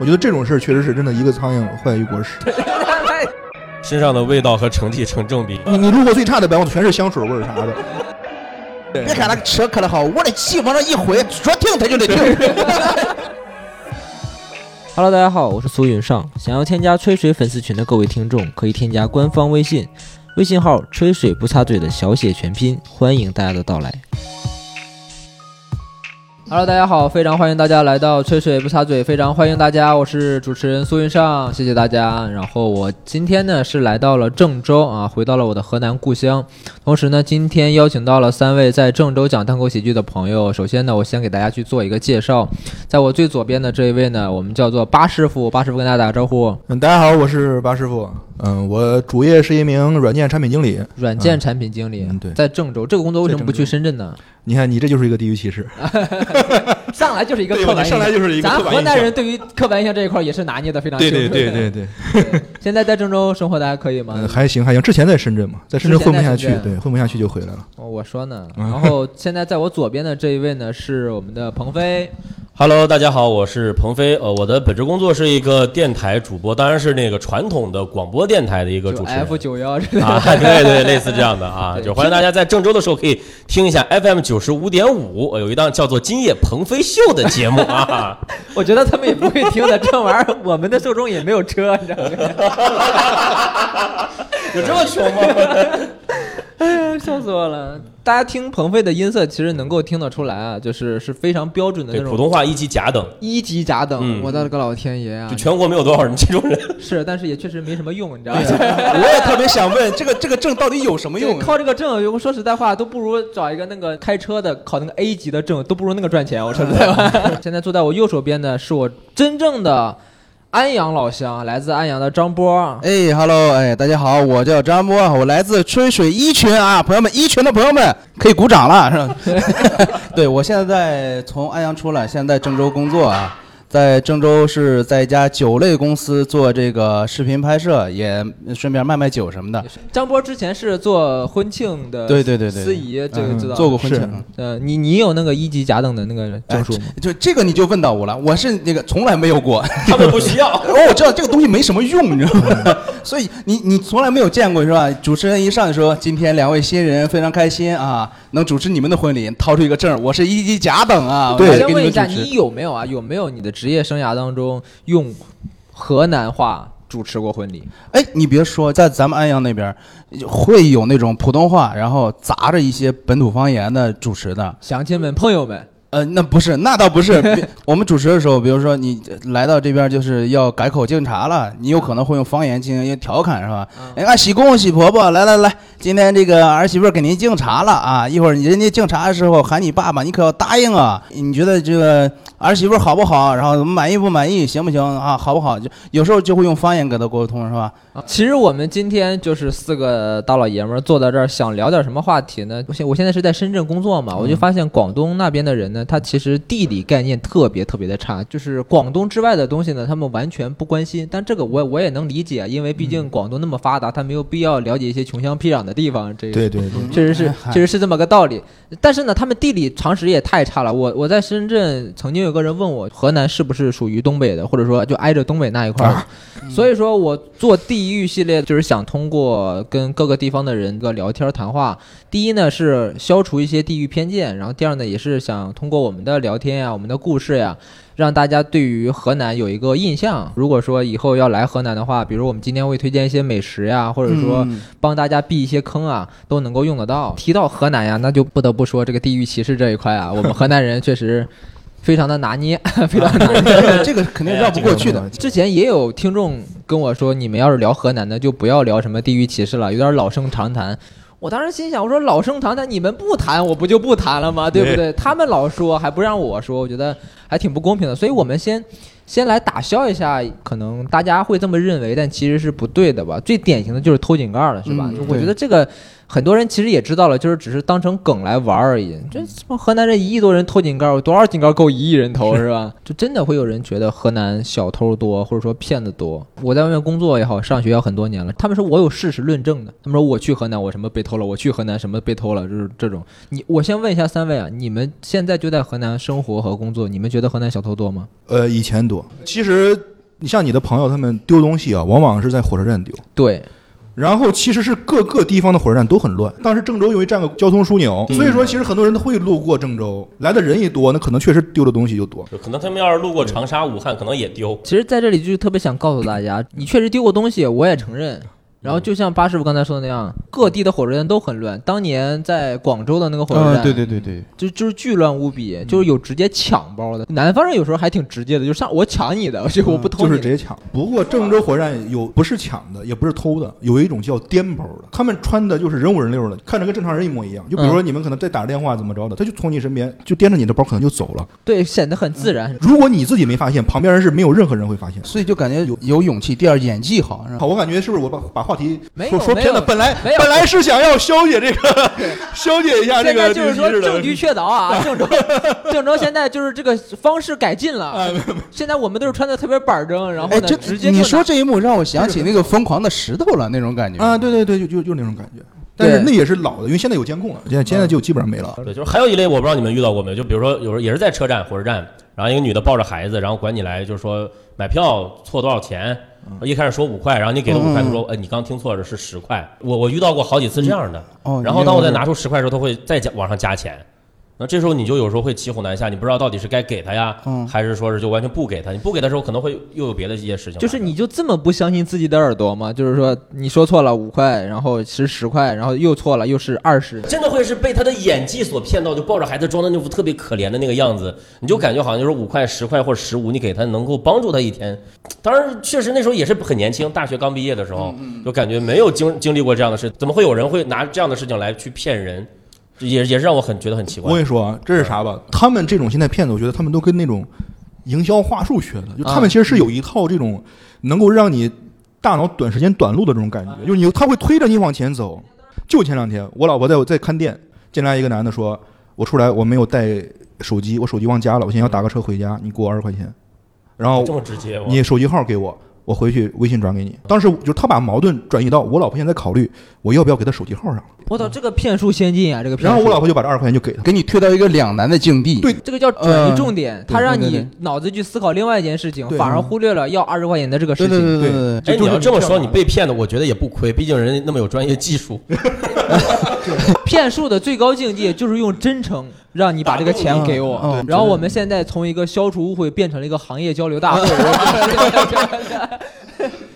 我觉得这种事儿确实是真的，一个苍蝇坏一锅屎。身上的味道和成绩成正比。你你路过最差的百货全是香水味儿啥的。别看他扯可的好，我的气往上一回，说停他就得停。 Hello，大家好，我是苏云上。想要添加吹水粉丝群的各位听众，可以添加官方微信，微信号“吹水不插嘴”的小写全拼，欢迎大家的到来。Hello，大家好，非常欢迎大家来到吹水不插嘴，非常欢迎大家，我是主持人苏云上，谢谢大家。然后我今天呢是来到了郑州啊，回到了我的河南故乡。同时呢，今天邀请到了三位在郑州讲单口喜剧的朋友。首先呢，我先给大家去做一个介绍，在我最左边的这一位呢，我们叫做巴师傅，巴师傅跟大家打个招呼。嗯，大家好，我是巴师傅。嗯，我主业是一名软件产品经理。软件产品经理，嗯对在郑州这个工作为什么不在去郑州深圳 呢？你看，你这就是一个地域歧视。上来就是一个对刻吧板印你上象，来就是一个咱刻板河印南象人对于刻板印象这一块儿也是拿捏的非常清楚。对对，现在在郑州生活的还可以吗？嗯，还行还行。之前在深圳嘛，在深圳之混前在不下深去，圳对，混不下去就回来了。哦我说 呢。嗯然后现在在我左边的这一位呢，是我们的鹏 飞。 Hello，大家好，我是鹏飞。呃，我的本职工作是一个电台主播，当然是那个传统的广播电台的一个就主持 F 人。九幺 之类啊，的。对对，类似这样的啊，对就欢迎大家在郑州的时候可以听一下 FM 九十五点五，呃有一档叫做《今夜鹏飞秀》的节目 啊。我觉得他们也不会听的，这玩意儿我们的受众也没有车，你知道 吗？有这么穷吗？哎呀，笑死我了！大家听鹏飞的音色，其实能够听得出来啊，就是是非常标准的对，那普种通话一级甲等，一级甲等。嗯我的个老天爷啊就！全国没有多少人这种人。 是，但是也确实没什么用，你知道 吗？我也特别想问，这个这个证到底有什么对，用？啊靠这个证，如果说实在话，都不如找一个那个开车的考那个 A 级的证，都不如那个赚 钱。我说实在话。 现在坐在我右手边的是我真正的安阳老乡，来自安阳的张波。哎，Hello，哎，大家好，我叫张波，我来自春水一群啊，朋友们，一群的朋友们可以鼓掌了，是吧？ 对，我现在在从安阳出来，现在在郑州工作啊，在郑州是在一家酒类公司做这个视频拍摄，也顺便卖卖酒什么的。张波之前是做婚庆的，对对对对，司仪这个嗯知道。做过婚是庆。哎呃，你你有那个一级甲等的那个证书吗？就这个你就问到我了，我是那个从来没有过，他们不需要。哦，我知道这个东西没什么用，你知道吗？所以你你从来没有见过是吧？主持人一上来说，今天两位新人非常开心啊，能主持你们的婚礼，掏出一个证儿，我是一级甲等啊，对我我来先给问们一主下，持你。有没有啊？有没有你的职业生涯当中用河南话主持过婚礼？哎，你别说，在咱们安阳那边儿会有那种普通话，然后杂着一些本土方言的主持的。乡亲们、朋友们，呃，那不是，那倒不是。比我们主持的时候，比如说你来到这边就是要改口敬茶了，你有可能会用方言进行一个调侃，是吧？哎，俺喜公喜婆婆，来来来，今天这个儿媳妇儿给您敬茶了啊！一会儿人家敬茶的时候喊你爸爸，你可要答应啊！你觉得这个儿媳妇儿好不好？然后满意不满意？行不行啊？好不好？就有时候就会用方言跟他沟通，是吧？啊，其实我们今天就是四个大老爷们儿坐在这儿，想聊点什么话题呢？我现我现在是在深圳工作嘛，我就发现广东那边的人呢，他其实地理概念特别特别的差，就是广东之外的东西呢，他们完全不关心。但这个我我也能理解，因为毕竟广东那么发达，他没有必要了解一些穷乡僻壤的地方。这个对对对， 确实是哎， 嗨确实是这么个道理。但是呢，他们地理常识也太差了。我我在深圳曾经有个人问我，河南是不是属于东北的，或者说就挨着东北那一块儿的？所以说我做地域系列，就是想通过跟各个地方的人个聊天谈话。第一呢是消除一些地域偏见，然后第二呢也是想通过我们的聊天呀、我们的故事呀、让大家对于河南有一个印象。如果说以后要来河南的话，比如我们今天会推荐一些美食呀，或者说嗯帮大家避一些坑啊，都能够用得到。提到河南呀，那就不得不说这个地域歧视这一块啊，我们河南人确实非常的拿捏， 非常拿捏。这个肯定绕不过去的。之前也有听众跟我说，你们要是聊河南的，就不要聊什么地域歧视了，有点老生常谈。我当时心想，我说老生常谈，你们不谈，我不就不谈了吗？对不对？他们老说，还不让我说，我觉得还挺不公平的。所以我们先先来打消一下，可能大家会这么认为，但其实是不对的吧？最典型的就是偷井盖了，是吧？嗯我觉对得这个很多人其实也知道了，就是只是当成梗来玩而已。这什么河南这一亿多人偷井盖，有多少井盖够一亿人偷是吧？就真的会有人觉得河南小偷多，或者说骗子多。我在外面工作也好，上学也好很多年了，他们说我有事实论证的。他们说我去河南，我什么被偷了；我去河南，什么被偷了，就是这种。你我先问一下三位啊，你们现在就在河南生活和工作，你们觉得河南小偷多吗？呃，以前多。其实你像你的朋友他们丢东西啊，往往是在火车站丢，对，然后其实是各个地方的火车站都很乱。当时郑州因为占个交通枢纽，嗯所以说其实很多人都会路过郑州，来的人一多，那可能确实丢的东西就多。就可能他们要是路过长沙、武汉，可能也丢。其实在这里就是特别想告诉大家，你确实丢过东西，我也承认。嗯然后就像巴师傅刚才说的那样，各地的火车站都很乱。当年在广州的那个火啊车站，啊对对对对，就就是巨乱无嗯比，就是有直接抢包的。南方人有时候还挺直接的，就上我抢你的，就我不嗯偷就你的。是直接抢。不过郑州火车站有不是抢的，也不是偷的，有一种叫颠包的，他们穿的就是人五人六的，看着跟正常人一模一样。就比嗯如说你们可能在打电话怎么着的，他就从你身边就掂着你的包可能就走了。对，显得很自然。如果你自己没发现，旁边人是没有任何人会发现。所以就感觉有有勇气。第二，演技好，是吧好，我感觉是不是我把把话题嗯没有说说没偏了？有本来没有本来是想要消解这 个，消解一下这现个在这就个是说机制证据的。确凿 啊，郑州，郑州现在就是这个方式改进啊了。现在我们都是穿的特别板正，然后哎，呢，这直接就你拿说这一幕让我想起那个疯狂的石头了那种感觉啊，对对对，就就就那种感觉。但是对那也是老的，因为现在有监控了，现在现在就基本上没了。对，就是还有一类我不知道你们遇到过没有，就比如说有时候也是在车站、火车站，然后一个女的抱着孩子，然后管你来，就是说买票错多少钱，一开始说五块，然后你给了五块，嗯他说，哎，你刚听错了，是十块。我我遇到过好几次这样的，哦然后当我再拿出十块的时候，他会再加往上加钱。那这时候你就有时候会骑虎难下，你不知道到底是该给他呀，嗯还是说是就完全不给他？你不给他的时候，可能会又有别的一些事情发生。就是你就这么不相信自己的耳朵吗？就是说你说错了五块，然后是十块，然后又错了又是二十。真的会是被他的演技所骗到，就抱着孩子装的那副特别可怜的那个样子，你就感觉好像就是五块、十块或者十五，你给他能够帮助他一天。当然，确实那时候也是很年轻，大学刚毕业的时候，就感觉没有经经历过这样的事，怎么会有人会拿这样的事情来去骗人？也也是让我很觉得很奇我怪跟。你说啊，这是啥吧？他们这种现在骗子，我觉得他们都跟那种营销话术学的，就他们其实是有一套这种能够让你大脑短时间短路的这种感觉，就是你他会推着你往前走。就前两天，我老婆在我在看店，进来一个男的说：“我出来我没有带手机，我手机忘家了，我现在要打个车回家，你给我二十块钱。”然后这么直接吗？哎你手机号给我，我回去微信转给你。当时就是他把矛盾转移到我老婆现在考虑我要不要给他手机号上了，我操，这个骗术先进啊！这个骗术。然后我老婆就把这二十块钱就给他了。给你推到一个两难的境地。对这个叫转移呃重点，对它让对对你脑子去思考另外一件事情，对嗯反而忽略了要二十块钱的这个事对对情。对对对哎，就你要就是这么这说，样你被骗的，我觉得也不亏，毕竟人家那么有专业 技术，骗术的最高境界就是用真诚让你把这个钱给我。嗯嗯然后我们现在从一个消除误会变成了一个行业交流大会。我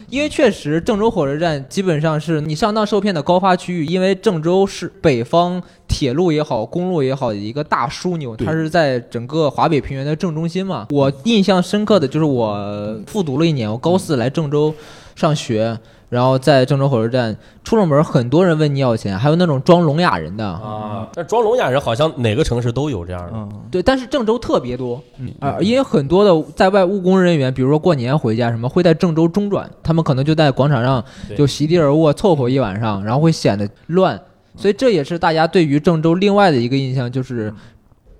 因为确实，郑州火车站基本上是你上当受骗的高发区域，因为郑州是北方铁路也好、公路也好一个大枢纽，对它是在整个华北平原的正中心嘛。我印象深刻的就是我复读了一年，我高四来郑州上学，然后在郑州火车站出了门，很多人问你要钱，还有那种装聋哑人的，啊，但装聋哑人好像哪个城市都有这样的。嗯，对，但是郑州特别多，啊、因为很多的在外务工人员，比如说过年回家什么，会在郑州中转，他们可能就在广场上对就席地而卧凑合一晚上，然后会显得乱，所以这也是大家对于郑州另外的一个印象，就是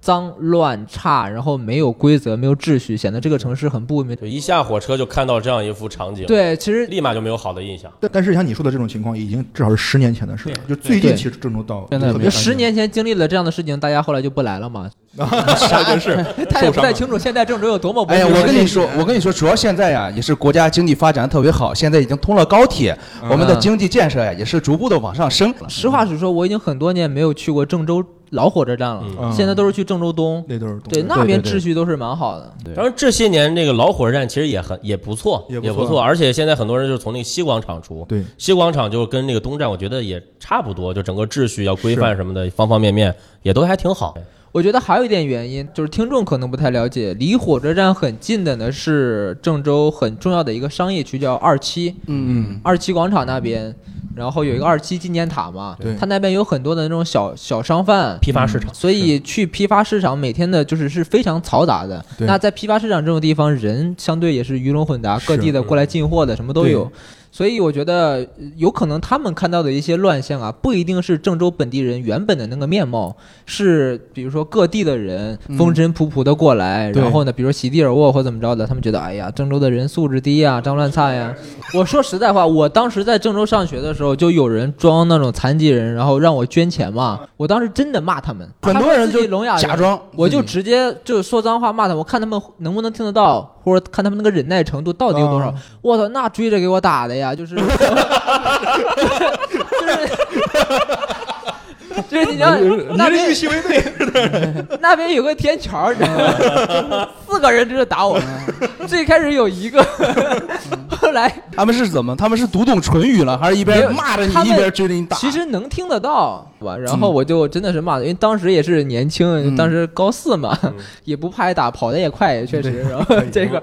脏乱差，然后没有规则，没有秩序，显得这个城市很不文明。就一下火车就看到这样一幅场景，，对，其实立马就没有好的印象。但但是像你说的这种情况，已经至少是十年前的事了。就最近对其实郑州到现在特别没就有十年前经历了这样的事情，大家后来就不来了嘛。 啥真是他也受伤不 太了清楚现在郑州有多么不哎呀，文明我跟你说，我跟你说，主要现在呀，也是国家经济发展特别好，现在已经通了高铁，嗯我们的经济建设呀，也是逐步的往上升。嗯实话实说，我已经很多年没有去过郑州老火车站了，嗯现在都是去郑州东。那都是对，东那边对秩序都是蛮好的。对当然这些年这个老火车站其实也很也不错，也也不错而且现在很多人就是从那个西广场出，对西广场就跟那个东站，我觉得也差不多，就整个秩序要规范什么的，方方面面也都还挺好。我觉得还有一点原因就是听众可能不太了解，离火车站很近的呢是郑州很重要的一个商业区，叫二七嗯，二七广场那边，然后有一个二七纪念塔嘛，对它那边有很多的那种小小商贩。批发市场，所以去批发市场每天的就是是非常嘈杂的。对那在批发市场这种地方，人相对也是鱼龙混杂，各是地的过来进货的什么都有。所以我觉得呃有可能他们看到的一些乱象啊，不一定是郑州本地人原本的那个面貌，是比如说各地的人嗯风尘仆仆的过来，对然后呢，比如席地而卧或怎么着的，他们觉得哎呀，郑州的人素质低呀、脏乱啊差呀。 我说实在话，我当时在郑州上学的时候，就有人装那种残疾人，然后让我捐钱嘛，我当时真的骂他们，很多人就他们自己聋哑人假装我就嗯直接就说脏话骂他们，我看他们能不能听得到，或者看他们那个忍耐程度到底有多少啊。我操、那追着给我打的呀， 就是，就是，就是你知道那你这边预期违背，那边有个天桥，你知道吗？ 四个人追着打我，嗯最开始有一个，后来他们是怎么？他们是读懂唇语了，还是一没有边骂着你他们一边追着你打？其实能听得到吧？然后我就真的是骂的，因为当时也是年轻，嗯当时高四嘛嗯， 也不怕挨打，跑得也快，也确实。嗯然后这个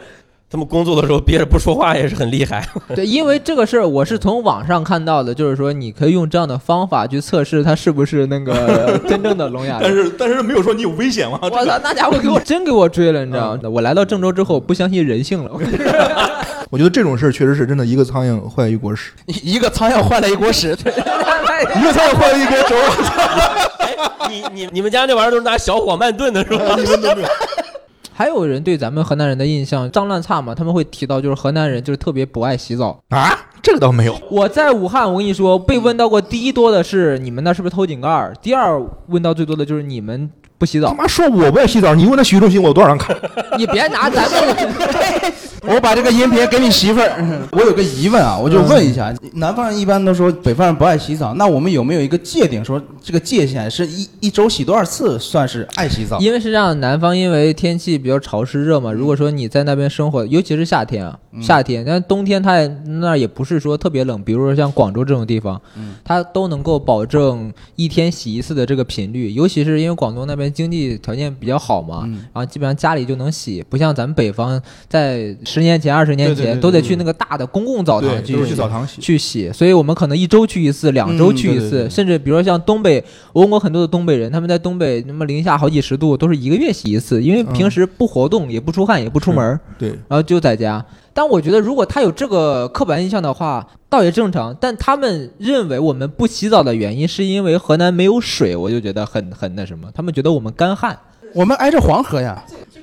他们工作的时候憋着不说话也是很厉害。对，因为这个事儿我是从网上看到的，就是说你可以用这样的方法去测试他是不是那个 真正的聋哑但人。是但是没有说你有危险吗？我操，那家伙给我真给我追了，你知道嗯吗？我来到郑州之后，我不相信人性了。我 跟你说我觉得这种事儿确实是真的，一个苍蝇坏一锅屎，一一个苍蝇坏了一锅 屎，对一个苍蝇坏了一锅粥。 哎，你你你们家那玩意儿都是拿小火慢炖的是 吧？还有人对咱们河南人的印象脏乱差嘛，他们会提到就是河南人就是特别不爱洗澡。啊，这个倒没有。我在武汉，我跟你说，被问到过第一多的是你们那是不是偷井盖儿？第二问到最多的就是你们不洗他澡。妈说我不爱洗澡，你问他洗浴中心我有多少张卡？ 你别拿咱 们，我把这个音频给你媳妇儿。 我有个疑问啊，我就问一下，南方人一般都说北方人不爱洗澡，那我们有没有一个界定，说这个界限是一一周洗多少次算是爱洗澡？因为是这样，南方因为天气比较潮湿热嘛，如果说你在那边生活，尤其是夏天啊，夏天，但冬天它也那儿也不是说特别冷，比如说像广州这种地方，它都能够保证一天洗一次的这个频率，尤其是因为广东那边经济条件比较好嘛，嗯然后基本上家里就能洗，不像咱们北方在十年前、二十年对对前对都得去那个大的公共澡堂去都是去澡堂洗。去洗，所以我们可能一周去一次，两周去嗯一对次，对对甚至比如说像东北，我问过很多的东北人，他们在东北那么零下好几十度，都是一个月洗一次，因为平时不活动，也不出汗，也不出门，嗯对，然后就在家。但我觉得，如果他有这个刻板印象的话，倒也正常。但他们认为我们不洗澡的原因，是因为河南没有水，我就觉得很很那什么。他们觉得我们干旱，我们挨着黄河呀，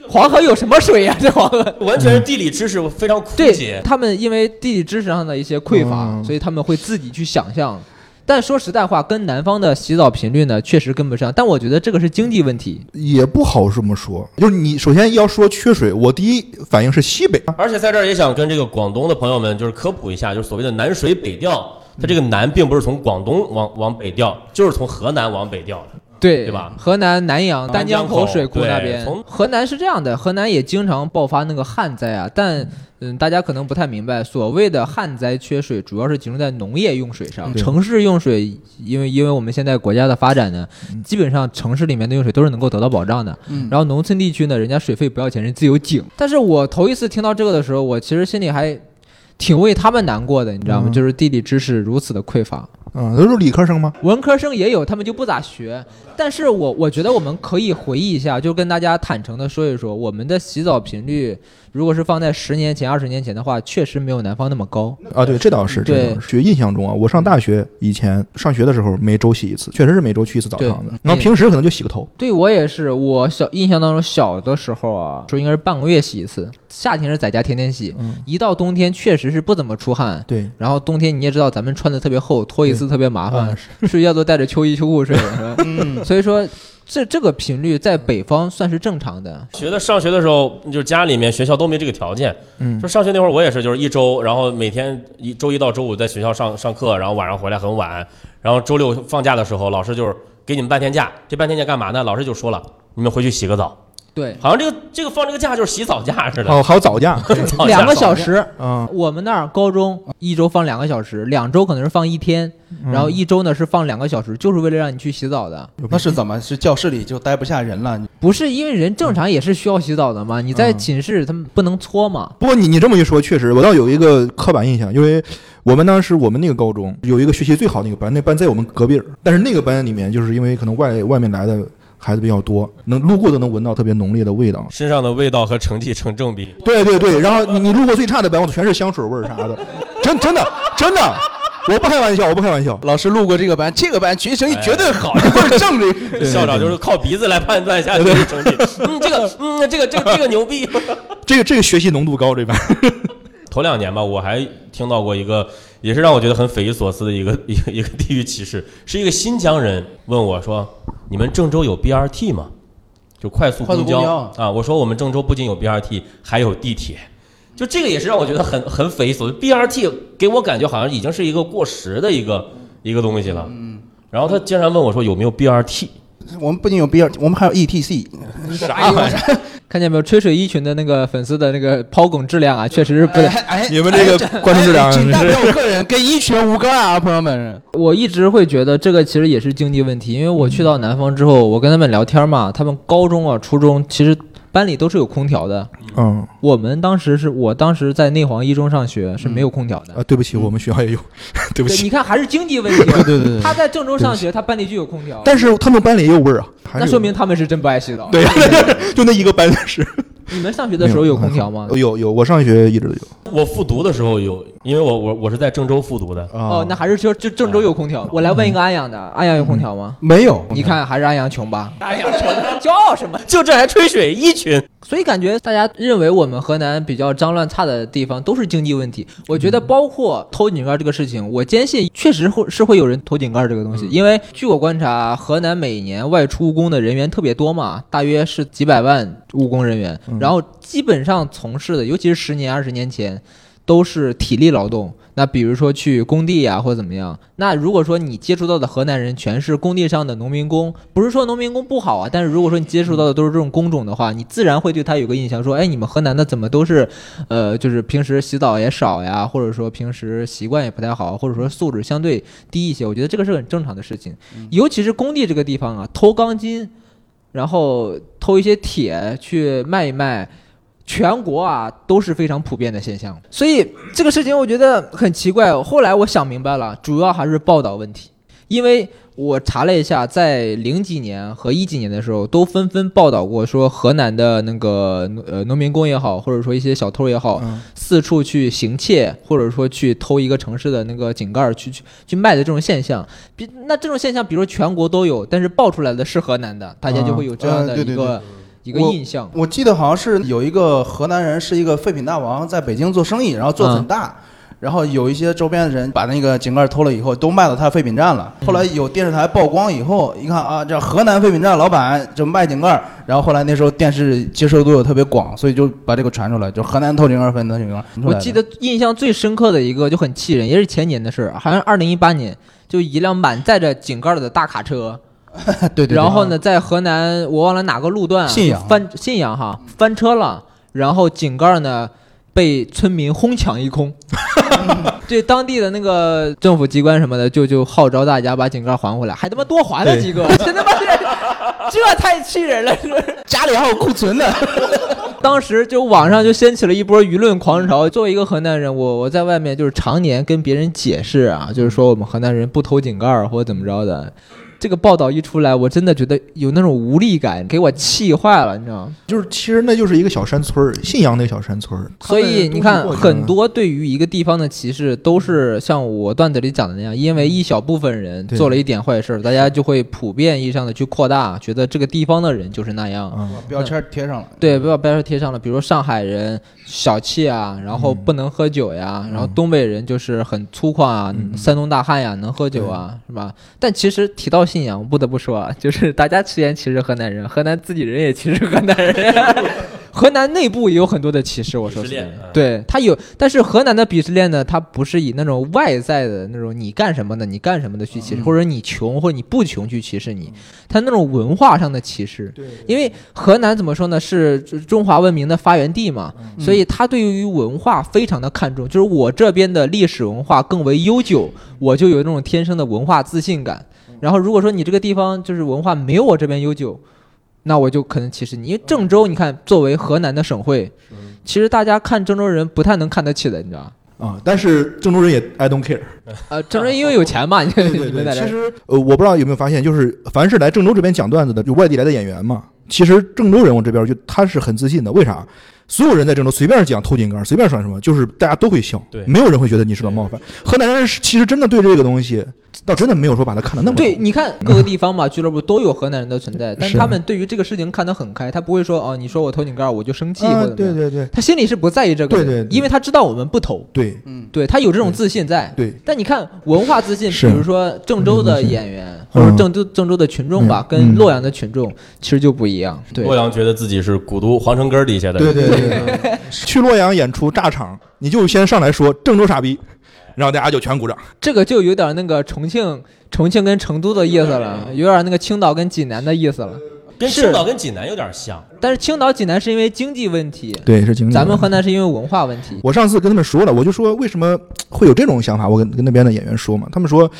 黄河有什么水呀、 这黄河。 完全是地理知识非常枯对竭。他们因为地理知识上的一些匮乏，嗯所以他们会自己去想象。但说实在话，跟南方的洗澡频率呢，确实跟不上。但我觉得这个是经济问题。也不好这么说。就是你首先要说缺水，我第一反应是西北，而且在这儿也想跟这个广东的朋友们就是科普一下，就是所谓的南水北调，它这个南并不是从广东往往北调，就是从河南往北调的。对，对吧河南南阳丹丹江江口口水库对那边从，河南是这样的，河南也经常爆发那个旱灾啊。但嗯，大家可能不太明白，所谓的旱灾缺水，主要是集中在农业用水上，对城市用水，因为因为我们现在国家的发展呢，基本上城市里面的用水都是能够得到保障的。嗯然后农村地区呢，人家水费不要钱，人自有井。但是我头一次听到这个的时候，我其实心里还挺为他们难过的，你知道吗？嗯就是地理知识如此的匮乏。嗯，都是理科生吗？文科生也有，他们就不咋学。但是我我觉得我们可以回忆一下，就跟大家坦诚的说一说，我们的洗澡频率，如果是放在十年前、二十年前的话，确实没有南方那么高。啊，对，这倒是，这倒是。学印象中啊，我上大学以前上学的时候，每周洗一次，确实是每周去一次澡堂对子。然后平时可能就洗个头，对我也是，我小印象当中小的时候啊，说应该是半个月洗一次，夏天是在家天天洗，嗯，一到冬天确实是不怎么出汗。对，然后冬天你也知道，咱们穿的特别厚，脱一次特别麻对烦啊， 睡觉都带着秋衣秋裤睡，是吧 嗯，所以说这这个频率在北方算是正常的。学的上学的时候，就是家里面学校都没这个条件。嗯就上学那会儿，我也是，就是一周，然后每天一周一到周五在学校上上课，然后晚上回来很晚，然后周六放假的时候，老师就是给你们半天假，这半天假干嘛呢？老师就说了，你们回去洗个澡，对，好像这个这个放这个假就是洗澡假似的。哦，还有早 假，澡假 两个小时。嗯，我们那儿高中一周放两个小时，两周可能是放一天，然后一周呢是放两个小时，就是为了让你去洗澡的。那是怎么？是教室里就待不下人了？ 不是因为人正常也是需要洗澡的嘛？你在寝室他们不能搓嘛？不过你你这么一说，确实，我倒有一个刻板印象，因为我们当时我们那个高中有一个学习最好那个班，那班在我们隔壁儿，但是那个班里面就是因为可能外外面来的孩子比较多，能路过都能闻到特别浓烈的味道。身上的味道和成绩成正比。对对对，然后你你路过最差的班，我全是香水味儿啥的，真真的真的，我不开玩笑，我不开玩笑。老师录过这个班，这个班学习成绩哎绝对好，这都是正的。 校长就是靠鼻子来判断一下学习成绩。嗯，这个，嗯，这个，这个，这个牛逼。这个这个学习浓度高，这边头两年吧，我还听到过一个，也是让我觉得很匪夷所思的一个 一个一个地域歧视，是一个新疆人问我说：“你们郑州有 BRT 吗？”就快速快速公交公交啊！我说我们郑州不仅有 BRT，还有地铁。就这个也是让我觉得很很匪夷所思。BRT 给我感觉好像已经是一个过时的一个一个东西了。嗯。然后他经常问我说有没有 BRT，我们不仅有 B 二，我们还有 E ETC。啥玩意儿？看见没有？吹水一群的那个粉丝的那个抛梗质量啊，确 实是不哎对。哎，你们这个观众质量哎真仅是代 表我个人，跟医学无关啊，朋友们。我一直会觉得这个其实也是经济问题，因为我去到南方之后，我跟他们聊天嘛，他们高中啊、初中其实班里都是有空调的。嗯我们当时是我当时在内黄一中上学是没有空调的。啊，对不起，我们学校也有， 对不嗯对，起。你看还是经济问题。啊对对对对他在郑州上学，他班里就有空调，但是他们班里也有味儿啊，还是那有说明他们是真不爱洗澡。对 呀、就那一个班是。你们上学的时候有空调吗？有有，我上学一直都有我复读的时候有，因为我我我是在郑州复读的，啊嗯哦，那还是就就郑州有空调。我来问一个安阳的，安阳有空调吗？没有，你看还是安阳穷吧？哎呀，骄傲什么？就这还吹水一群。所以感觉大家认为我们河南比较脏乱差的地方都是经济问题。我觉得嗯包括偷井盖这个事情，我坚信确实会是会有人偷井盖这个嗯东西，因为据我观察，河南每年外出务工的人员特别多嘛，大约是几百万务工人员，嗯然后基本上从事的，尤其是十年、二十年前，都是体力劳动。那比如说去工地呀、或者怎么样，那如果说你接触到的河南人全是工地上的农民工，不是说农民工不好啊，但是如果说你接触到的都是这种工种的话，你自然会对他有个印象，说，哎，你们河南的怎么都是，呃，就是平时洗澡也少呀，或者说平时习惯也不太好，或者说素质相对低一些，我觉得这个是很正常的事情，尤其是工地这个地方啊，偷钢筋，然后偷一些铁去卖一卖，全国啊都是非常普遍的现象。所以这个事情我觉得很奇怪。后来我想明白了，主要还是报道问题，因为我查了一下，在零几年和一几年的时候，都纷纷报道过说河南的那个呃农民工也好，或者说一些小偷也好，嗯四处去行窃，或者说去偷一个城市的那个井盖儿去去去卖的这种现象。比那这种现象，比如说全国都有，但是爆出来的是河南的，大家就会有这样啊的对一对个、一个我印象。我记得好像是有一个河南人是一个废品大王，在北京做生意，然后做得很大。然后有一些周边的人把那个井盖偷了以后，都卖到他废品站了。后来有电视台曝光以后，一看啊，这河南废品站老板这卖井盖，然后后来那时候电视接受度又特别广，所以就把这个传出来，就河南偷井盖，河南偷井盖。我记得印象最深刻的一个就很气人，也是前年的事儿，好像二零一八年，就一辆满载着井盖儿的大卡车，对对对，然后呢，在河南我忘了哪个路段，啊信阳翻信阳哈翻车了，然后井盖儿呢被村民哄抢一 空，这当地的那个政府机关什么的就就号召大家把井盖儿还回来，还他妈多还了几个，真他妈是这太气人了，是不是？ 家里还有库存呢。 当时就网上就掀起了一波舆论狂潮。作为一个河南人，我我在外面就是常年跟别人解释啊，就是说我们河南人不偷井盖儿或者怎么着的。这个报道一出来，我真的觉得有那种无力感，给我气坏了，你知道吗？就是其实那就是一个小山村儿，信阳那个小山村儿。所以你看，他们都是过去的很多对于一个地方的歧视，都是像我段子里讲的那样，因为一小部分人对做了一点坏事儿，大家就会普遍意义上的去扩大，觉得这个地方的人就是那样。嗯，标签贴上了，对，不要标签贴上了，比如说上海人小气啊，然后不能喝酒呀，然后东北人就是很粗犷啊，嗯山东大汉呀，能喝酒啊，是吧？但其实提到信仰，我不得不说啊，就是大家之前歧视河南人，河南自己人也歧视河南人，河南内部也有很多的歧视，我说鄙视是链嗯，对他有，但是河南的鄙视链呢，它不是以那种外在的那种你干什么的，你干什么的去歧视，或者你穷或者你不穷去歧视你，它那种文化上的歧视，对，因为河南怎么说呢，是中华文明的发源地嘛，嗯所以他对于文化非常的看重，就是我这边的历史文化更为悠久，嗯我就有那种天生的文化自信感。然后如果说你这个地方就是文化没有我这边悠久，那我就可能歧视你。因为郑州，你看作为河南的省会，其实大家看郑州人不太能看得起的，你知道吧？啊，但是郑州人也 I don't care。呃，郑州人因为有钱嘛，你对你对们在对，其这儿。实呃，我不知道有没有发现，就是凡是来郑州这边讲段子的，就外地来的演员嘛，其实郑州人我这边就他是很自信的，为啥？所有人在郑州随便讲偷井盖，随便说什么，就是大家都会笑，对没有人会觉得你是个冒犯。河南人是其实真的对这个东西，倒真的没有说把它看得那么重对，你看 各个地方嘛，俱乐部都有河南人的存在，但是啊他们对于这个事情看得很开，他不会说哦，你说我投井盖我就生气啊或者怎么对样，对对他心里是不在意这个的，对对对因为他知道我们不投，对对他有这种自信在。对但你看文化自信，比是如说郑州的演员，或者郑州郑州的群众吧，嗯跟嗯洛阳的群众其实就不一样。对，洛阳觉得自己是古都皇城根儿底下的，对对对对对， 去洛阳演出炸场，你就先上来说郑州傻逼，然后大家就全鼓掌。这个就有点那个重庆重庆跟成都的意思了，有点那个青岛跟济南的意思了。跟是青岛跟济南有点像。但是青岛济南是因为经济问题，对，是经济。咱们河南是因为文化问题。我上次跟他们说了，我就说为什么呃会有这种想法，我跟跟那边的演员说嘛，他们说，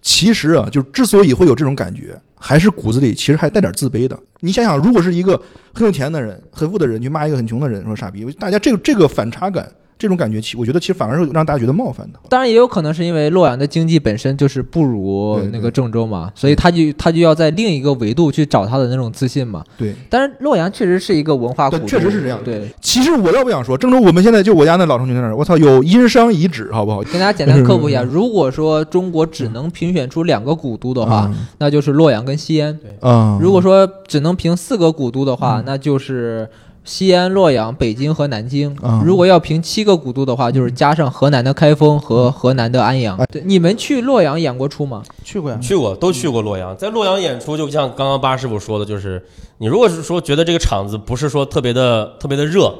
其实啊，就之所以会有这种感觉，还是骨子里其实还带点自卑的。你想想，如果是一个很有钱的人、很富的人去骂一个很穷的人说傻逼，大家这个这个反差感，这种感觉，其我觉得其实反而是让大家觉得冒犯的。当然也有可能是因为洛阳的经济本身就是不如对对嗯那个郑州嘛，所以他就他就要在另一个维度去找他的那种自信嘛。对，但是洛阳确实是一个文化古对都，确实是这样的对，其实我倒不想说，郑州我们现在就我家那老城区那儿，我操，有殷商遗址，好不好？跟大家简单科普一嗯下，如果说中国只能评选出两个古都的话，那就是洛阳跟西安；啊，啊如果说只能评四个古都的话，嗯那就是。西安、洛阳、北京和南京，嗯如果要评七个古都的话，就是加上河南的开封和河南的安阳嗯哎。对，你们去洛阳演过出吗？去过呀，去过，都去过洛阳，在洛阳演出，就像刚刚巴师傅说的，就是你如果是说觉得这个场子不是说特别的特别的热，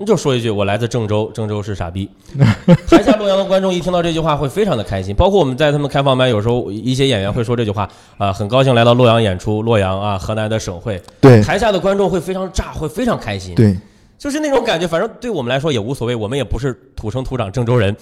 那就说一句我来自郑州，郑州是傻逼。 台下洛阳的观众一听到这句话会非常的开心，包括我们在他们开放麦，有时候一些演员会说这句话啊、很高兴来到洛阳演出，洛阳啊，河南的省会，对台下的观众会非常炸，会非常开心，对，就是那种感觉，反正对我们来说也无所谓，我们也不是土生土长郑州人，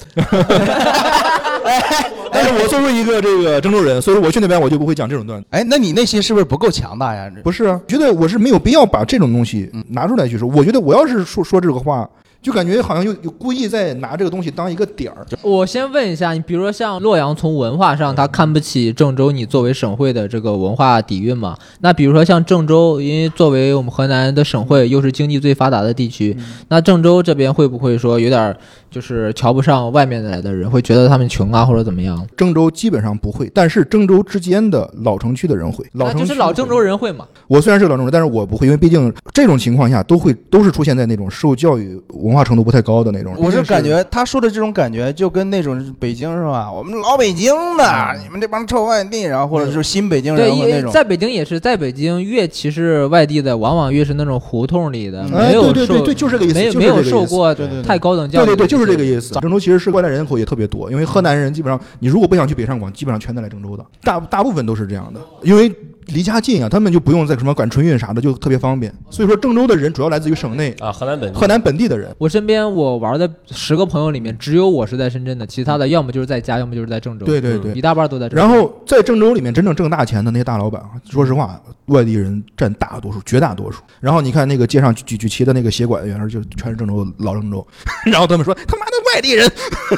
但是我作为一个这个郑州人，所以说我去那边我就不会讲这种段子。哎，那你内心是不是不够强大呀？不是啊，觉得我是没有必要把这种东西嗯拿出来去说。我觉得我要是说说这个话，就感觉好像又又故意在拿这个东西当一个点儿。我先问一下，你比如说像洛阳，从文化上他看不起郑州，你作为省会的这个文化底蕴嘛？那比如说像郑州，因为作为我们河南的省会，又是经济最发达的地区，那郑州这边会不会说有点儿就是瞧不上外面来的人，会觉得他们穷啊或者怎么样？郑州基本上不会，但是郑州之间的老城区的人会，老那城啊就区是老郑州会。人会嘛？我虽然是个老郑州人，但是我不会，因为毕竟这种情况下都会都是出现在那种受教育文化程度不太高的那种人。我毕是竟感觉他说的这种感觉，就跟那种北京是吧？我们老北京的，你们这帮臭外地，然后或者是新北京对，人或者那也种。在北京也是，在北京越歧视外地的，往往越是那种胡同里的，嗯哎，没有对受对对对，就是这个意思，没有就是这个没有意思受。过对对对太高等教对对育的对，人，就是这个意思。郑州其实是外来人口也特别多，因为河南人基本上，你如果不想去北上广，基本上全在来郑州的，大大部分都是这样的，因为离家近啊，他们就不用再什么管春运啥的，就特别方便。所以说，郑州的人主要来自于省内、啊，河南本地河南本地的人。我身边我玩的十个朋友里面，只有我是在深圳的，其他的要么就是在家，要么就是在郑州，嗯嗯对对对一。大半都在郑州。然后在郑州里面真正挣大钱的那些大老板啊，说实话，外地人占大多数，绝大多数。然后你看那个街上举举举旗的那个协管，原来就全是郑州老郑州。 然后他们说他妈的外地人，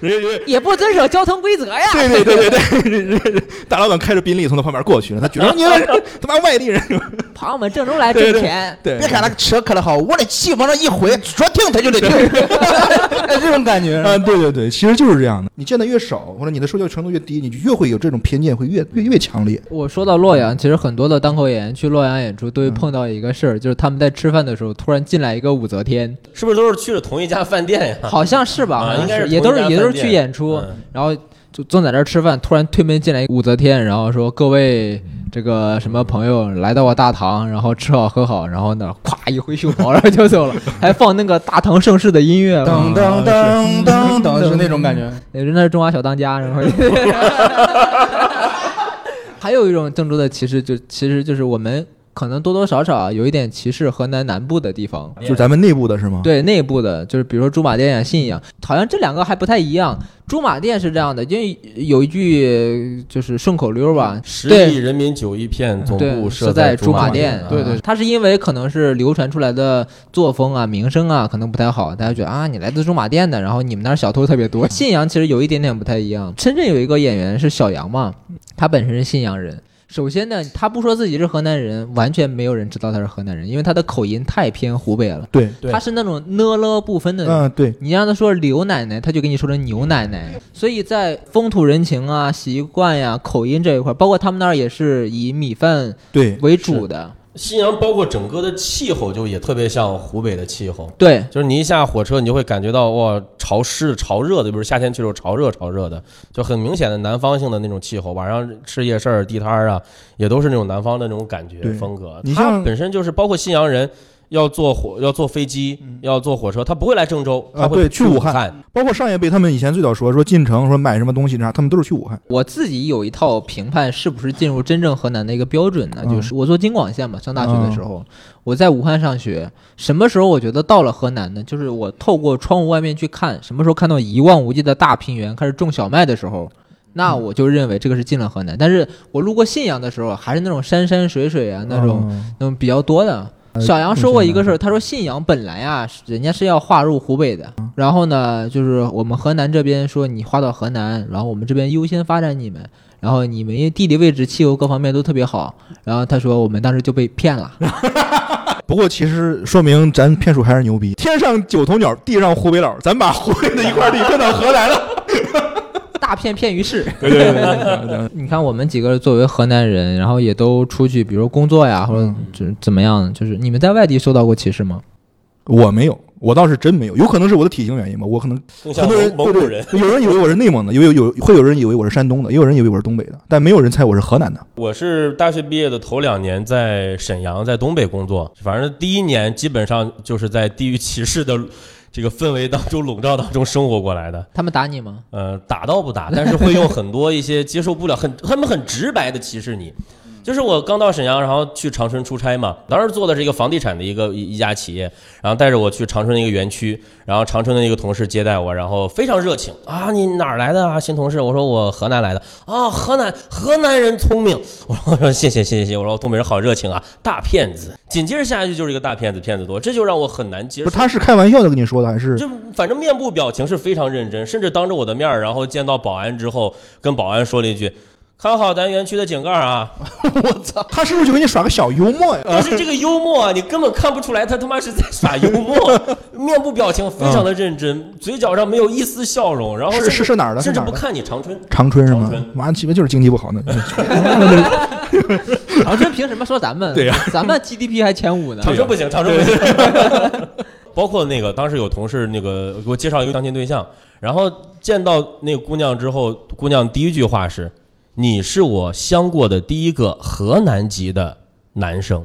人家人家也不遵守交通规则呀。对对对对对， 人人人大老板开着宾利从他旁边过去了，他觉 得你他妈外地人，跑我们郑州来对挣对钱。对别看他车开的好，我的气往上一回，说停他就得停， 这种感觉。啊，对对对，其实就是这样的。你见的越少，或者你的受教育程度越低，你就越会有这种偏见，会越越越强烈。我说到洛阳，其实很多的单口演员去洛阳演出都会嗯碰到一个事儿，就是他们在吃饭的时候突然进来一个武则天，是不是都是去了同一家饭店呀？好像是吧？啊好像应该是也都同一是家也都是饭店去演出，嗯然后就正在这儿吃饭，突然推门进来一个武则天，然后说各位这个什么朋友来到我大堂，然后吃好喝好，然后呢，咵一挥袖袍，然后就走了，还放那个大唐盛世的音乐，噔啊噔噔噔噔，是那种感觉。也是那是中华小当家，然后。 还有一种郑州的歧视，就其实就是我们可能多多少少有一点歧视河南南部的地方，就是咱们内部的是吗？，对内部的，就是比如说驻马店呀、信阳，好像这两个还不太一样。驻马店是这样的，因为有一句呃就是顺口溜吧，十亿对人民九亿片，总对，部设设在驻马店店。。啊啊，它是因为可能是流传出来的作风啊、名声啊，可能不太好，大家觉得啊，你来自驻马店的，然后你们那儿小偷特别多。信阳其实有一点点不太一样，深圳有一个演员是小杨嘛，他本身是信阳人。首先呢，他不说自己是河南人，完全没有人知道他是河南人，因为他的口音太偏湖北了。对，对他是那种呢了不分的嗯，对，你让他说刘奶奶，他就给你说成牛奶奶。所以在风土人情啊、习惯呀、口音这一块，包括他们那儿也是以米饭对，为主的。信阳包括整个的气候就也特别像湖北的气候，对，就是你一下火车，你就会感觉到哇，潮湿、潮热的，比如夏天去的时候潮热、潮热的，就很明显的南方性的那种气候。晚上吃夜市儿、地摊儿啊，也都是那种南方的那种感觉对嗯风格。你他像本身就是包括信阳人。要坐火，要坐飞机，要坐火车，他不会来郑州，嗯啊他会对去武武汉包括上一辈他们以前最早说说进城说买什么东西啥，他们都是去武汉。我自己有一套评判是不是进入真正河南的一个标准呢，嗯就是我做京广线嘛，上大学的时候，我在武汉上学，什么时候我觉得到了河南呢？就是我透过窗户外面去看，什么时候看到一望无际的大平原，开始种小麦的时候。那我就认为这个是进了河南，但是我路过信阳的时候，还是那种山山水水啊，那种嗯嗯，比较多的。呃小杨说过一个事嗯儿，他说信阳本来啊，人家是要划入湖北的，然后呢，就是我们河南这边说你划到河南，然后我们这边优先发展你们，然后你们因为地理位置、气候各方面都特别好，然后他说我们当时就被骗了，不过其实说明咱骗术还是牛逼，天上九头鸟，地上湖北佬，咱把湖北的一块地骗到河南了。大骗骗于 市。对对对对，你看我们几个作为河南人，然后也都出去，比如工作呀，或者怎怎么样，就是你们在外地受到过歧视吗？我没有，我倒是真没有，有可能是我的体型原因吧，我可能更像很多人蒙蒙古对人。对有人以为我是内蒙的，有有有会有人以为我是山东的，也有人以为我是东北的，但没有人猜我是河南的。我是大学毕业的头两年在沈阳，在东北工作，反正第一年基本上就是在地域歧视的这个氛围当中笼罩当中生活过来的。他们打你 吗？呃，打倒不打，但是会用很多一些接受不了，很他们很直白的歧视你。就是我刚到沈阳，然后去长春出差嘛，当时做的是一个房地产的一个一一家企业，然后带着我去长春的一个园区，然后长春的一个同事接待我，然后非常热情啊，你哪儿来的啊，新同事？我说我河南来的啊，河南河南人聪明，我说我说谢谢谢谢谢谢，我说东北人好热情啊，大骗子。紧接着下一句就是一个大骗子，骗子多，这就让我很难接不受是，。他是开玩笑的跟你说的，还是就反正面部表情是非常认真，甚至当着我的面儿，然后见到保安之后，跟保安说了一句：“看好咱园区的井盖儿啊！”他是不是就给你耍个小幽默呀？但是这个幽默啊，你根本看不出来他他妈是在耍幽默，面部表情非常的认真，嘴角上没有一丝笑容，然后是甚至是是哪儿的？是甚至哪儿不的？看你长春。长春是吗长春？妈鸡巴就是经济不好呢。 长春啊凭什么说咱们？对呀咱们 GDP 还前五呢。长春不行，长春不行。嗯 包括那个当时有同事那个给我介绍一个相亲对象，然后见到那个姑娘之后，姑娘第一句话是：“你是我相过的第一个河南籍的男生。”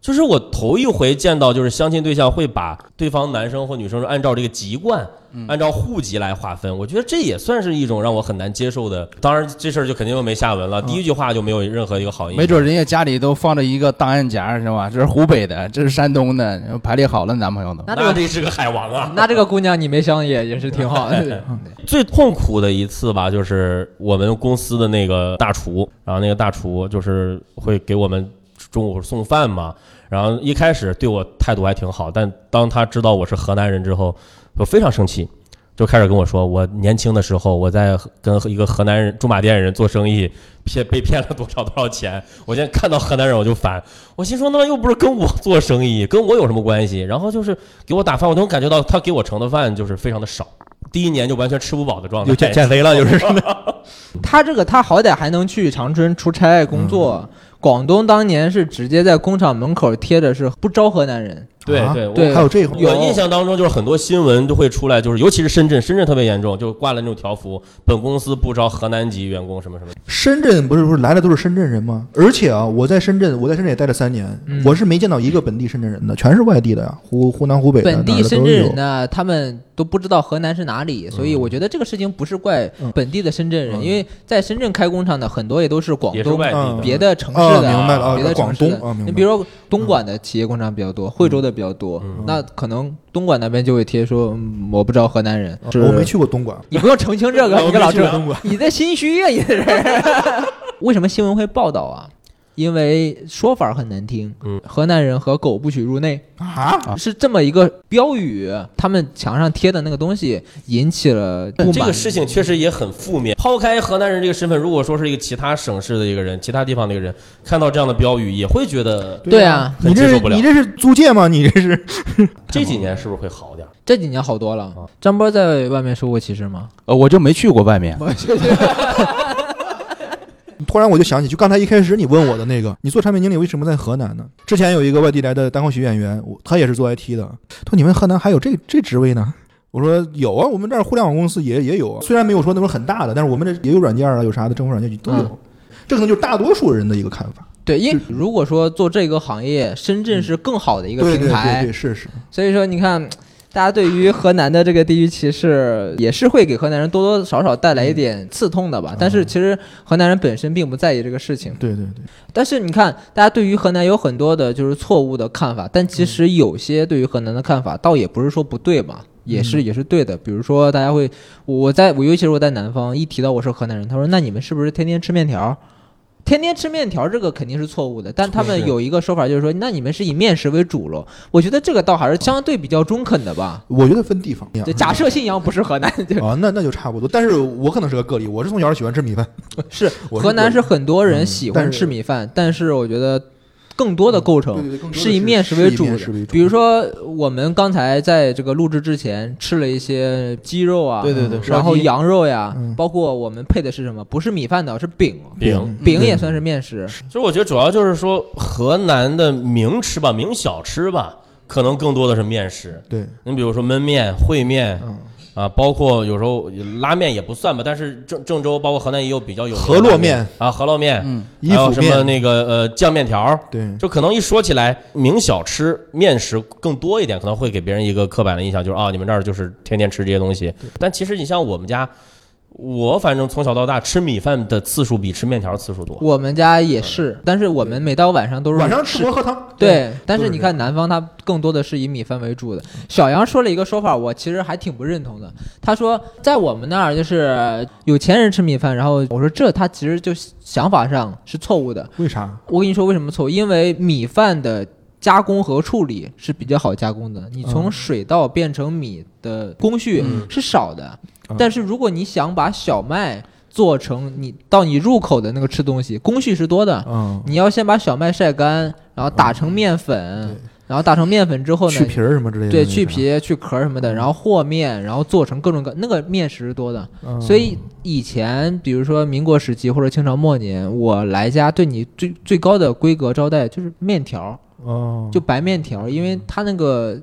就是我头一回见到，就是相亲对象会把对方男生或女生是按照这个籍贯、按照户籍来划分，我觉得这也算是一种让我很难接受的。当然，这事儿就肯定又没下文了，第一句话嗯就没有任何一个好印象。没准人家家里都放着一个档案夹，是吧？这是湖北的，这是山东的，排列好了男朋友都。那这那个这是个海 王啊！那这个姑娘你没相也也是挺好的，最痛苦的一次吧，就是我们公司的那个大厨，然后那个大厨就是会给我们中午送饭嘛，然后一开始对我态度还挺好，但当他知道我是河南人之后，就非常生气，就开始跟我说，我年轻的时候我在跟一个河南人驻马店人做生意，骗 被骗了多少多少钱，我现在看到河南人我就烦，我心说那又不是跟我做生意，跟我有什么关系？然后就是给我打饭，我能感觉到他给我盛的饭就是非常的少。第一年就完全吃不饱的状态，肥了，就是他这个他好歹还能去长春出差工作。嗯广东当年是直接在工厂门口贴的是不招河南人，对啊 对，我对还有这个我印象当中，就是很多新闻都会出来，就是尤其是深圳，深圳特别严重，就挂了那种条幅，本公司不招河南籍员工什么什么。深圳不是不是来的都是深圳人吗？而且啊，我在深圳，我在深圳也待了三年，嗯我是没见到一个本地深圳人的，全是外地的呀，湖湖南、湖北的本哪儿的地都深圳人有呢，他们都不知道河南是哪里，所以我觉得这个事情不是怪嗯本地的深圳人，嗯因为在深圳开工厂的很多也都是广也是东外地的嗯别的城市啊，的，明白了啊，别的广城市东的啊，明白。你比如说东莞的企业工厂比较多，惠州的比较多，嗯那可能东莞那边就会贴说，嗯我不知道河南人。啊是我没去过东莞，你不用澄清这 我个，没你个老去过郑东莞， 你在心虚啊，你这是。为什么新闻会报道啊？因为说法很难听，嗯河南人和狗不许入内，啊，啊是这么一个标语，他们墙上贴的那个东西引起了不满。这个事情确实也很负面。抛开河南人这个身份，如果说是一个其他省市的一个人、其他地方的一个人，看到这样的标语，也会觉得对啊，你这很接是受不了你这是租界吗？你这是这几年是不是会好点儿？这几年好多啊了。张波在外面受过歧视吗？呃，我就没去过外面，突然我就想起，就刚才一开始你问我的那个，你做产品经理为什么在河南呢？之前有一个外地来的单口喜剧演员，我他也是做 IT 的，他说你们河南还有这这职位呢？我说有啊，我们这儿互联网公司也也有啊，虽然没有说那种很大的，但是我们这也有软件啊，有啥的政府软件都有。嗯这可能就是大多数人的一个看法。对，因为如果说做这个行业，深圳是更好的一个对平对台，对对，是是。所以说你看。大家对于河南的这个地域歧视，也是会给河南人多多少少带来一点刺痛的吧。但是其实河南人本身并不在意这个事情。对对对，但是你看，大家对于河南有很多的就是错误的看法，但嗯其实有些对于河南的看法，倒也不是说不对吧，嗯也是也是对的。比如说，大家会，我我在我尤其是我在南方，一提到我是河南人，他说那你们是不是天天吃面条？天天吃面条这个肯定是错误的，但他们是有一个说法就是说，那你们是以面食为主喽？我觉得这个倒还是相对比较中肯的吧。我觉得分地方。就假设信阳不是河南，就啊，那那就差不多。但是我可能是个个例，我是从小喜欢吃米饭。 是我河南个是很多人嗯喜但欢是嗯吃米饭，但是我觉得更多的构成对对对更多的嗯是以是面食为主是以面的食为。主比如说，我们刚才在这个录制之前吃了一些鸡肉啊，对对对然后烧鸡羊肉呀嗯，包括我们配的是什么？不是米饭的，是饼，饼，嗯饼也算是面食。其实我觉得主要就是说，河南的名吃吧、名小吃吧，可能更多的是面食。对，你比如说焖面、烩面嗯，啊，包括有时候拉面也不算吧，但是郑郑州包括河南也有比较有名的河洛拉面啊，河洛面， 嗯还有伊什府么面嗯那个呃酱面条儿，对就可能一说起来名小吃面食更多一点，可能会给别人一个刻板的印象，就是啊你们这儿就是天天吃这些东西。但其实你像我们家，我反正从小到大吃米饭的次数比吃面条次数多。我们家也是，但是我们每到晚上都是嗯晚上吃馍喝汤。对，但是都是你这看南方，它更多的是以米饭为主的。小杨说了一个说法，我其实还挺不认同的。他说，在我们那儿就是有钱人吃米饭，然后我说这他其实就想法上是错误的。为啥？我跟你说为什么错误，因为米饭的加工和处理是比较好加工的，你从嗯水稻变成米的工序嗯是少的，嗯但是如果你想把小麦做成你到你入口的那个吃东西，工序是多的，嗯，你要先把小麦晒干，然后打成面粉，然后打成面粉之后呢嗯去，皮儿什么之类的。嗯对，去。皮、去壳什么的，然后和面，然后做成各种各那个面食是多的。嗯所以以前，比如说民国时期或者清朝末年，我来家对你最最高的规格招待就是面条，哦，就白面条，因为它那个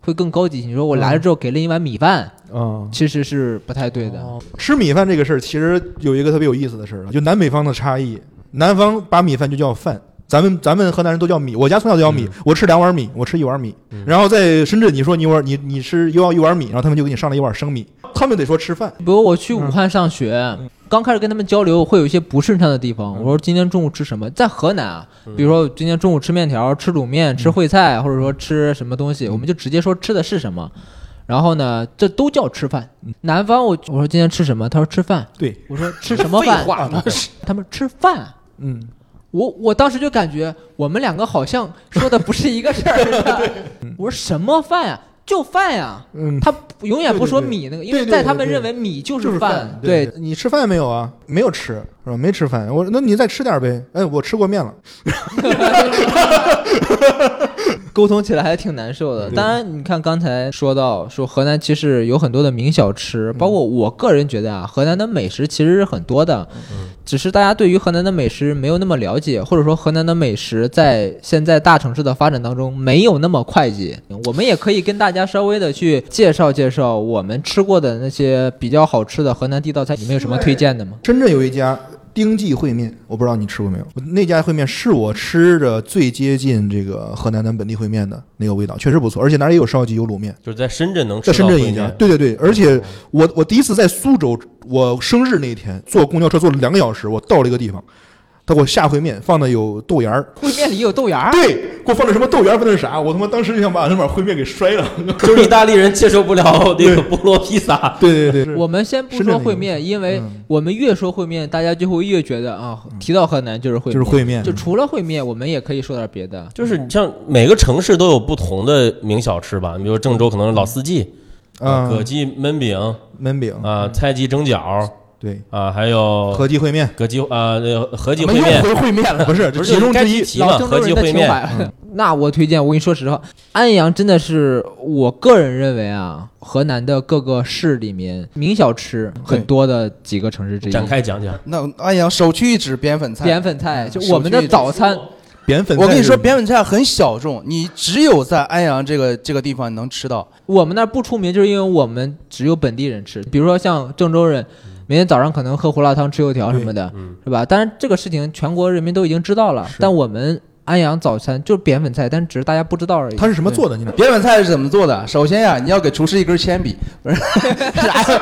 会更高级。你说我来了之后给了一碗米饭，嗯，其实是不太对的。吃米饭这个事儿，其实有一个特别有意思的事儿了，就南北方的差异。南方把米饭就叫饭，咱们咱们河南人都叫米。我家从小就叫米，嗯我吃两碗米，我吃一碗米。然后在深圳，你说你一碗你你吃又要一碗米，然后他们就给你上了一碗生米，他们得说吃饭。比如我去武汉上学，嗯刚开始跟他们交流会有一些不顺畅的地方。我说今天中午吃什么？在河南啊，嗯比如说今天中午吃面条、吃卤面、吃烩菜，或者说吃什么东嗯西，我们就直接说吃的是什么。然后呢，这都叫吃饭。嗯南方我我说今天吃什么？他说 吃饭。对，我说吃什么废饭？话嘛，他们吃饭。嗯，我我当时就感觉我们两个好像说的不是一个事 儿似的。 我说什么饭呀、啊就饭呀、嗯他永远不说对对对米那个，因对为对在对他们对认为米就就是饭。对，你吃饭没有啊？没有吃是吧？没吃饭。我说那你再吃点呗。哎，我吃过面了。沟通起来还挺难受的。对当然，你看刚才说到说河南其实有很多的名小吃，包括我个人觉得啊，河南的美食其实是很多的，只是大家对于河南的美食没有那么了解，或者说河南的美食在现在大城市的发展当中没有那么快捷。我们也可以跟大家稍微的去介绍介绍我们吃过的那些比较好吃的河南地道菜，你们有什么推荐的吗？深圳有一家丁记烩面，我不知道你吃过没有。那家烩面是我吃着最接近这个河南咱本地烩面的那个味道，确实不错，而且那儿也有烧鸡，有卤面。就是在深圳能吃在深到圳一烩家，面对对对，而且我我第一次在苏州，我生日那天坐公交车坐了两个小时，我到了一个地方，他给我下烩面放的有豆芽儿，烩面里有豆芽儿，啊对，给我放的什么豆芽儿，不知道是啥，我他妈当时就想把那碗烩面给摔了。 就是意大利人接受不了那个菠萝披萨，对对对，我们先不深圳说那个烩面，因为嗯我们越说烩面，大家就会越觉得啊，提到河南就是烩面，就是烩面嗯就除了烩面，我们也可以说点别的。就是你像每个城市都有不同的名小吃吧，你比如郑州可能是老四季，啊，葛记焖饼焖饼，啊，蔡记蒸饺对，啊，还有合记烩面，葛记啊，那个合记没烩用面，回烩面了，不是，不是其中该之一。提嘛，老郑州合记人的烩情面，怀， 那我推荐。我跟你说实话，安阳真的是我个人认为啊，河南的各个市里面名小吃很多的几个城市之一。展开讲讲。那安阳首屈一指扁粉菜，扁粉菜嗯就我们的早餐，扁粉菜我跟你说，是扁粉菜很小众，你只有在安阳这个这个地方能吃到。我们那儿不出名，就是因为我们只有本地人吃。比如说像郑州人，每天早上可能喝胡辣汤、吃油条什么的，嗯，是吧？当然这个事情全国人民都已经知道了是，但我们安阳早餐就是扁粉菜，但只是大家不知道而已。它是什么做的？你俩扁粉菜是怎么做的？首先呀、你要给厨师一根铅笔， 不是啥呀？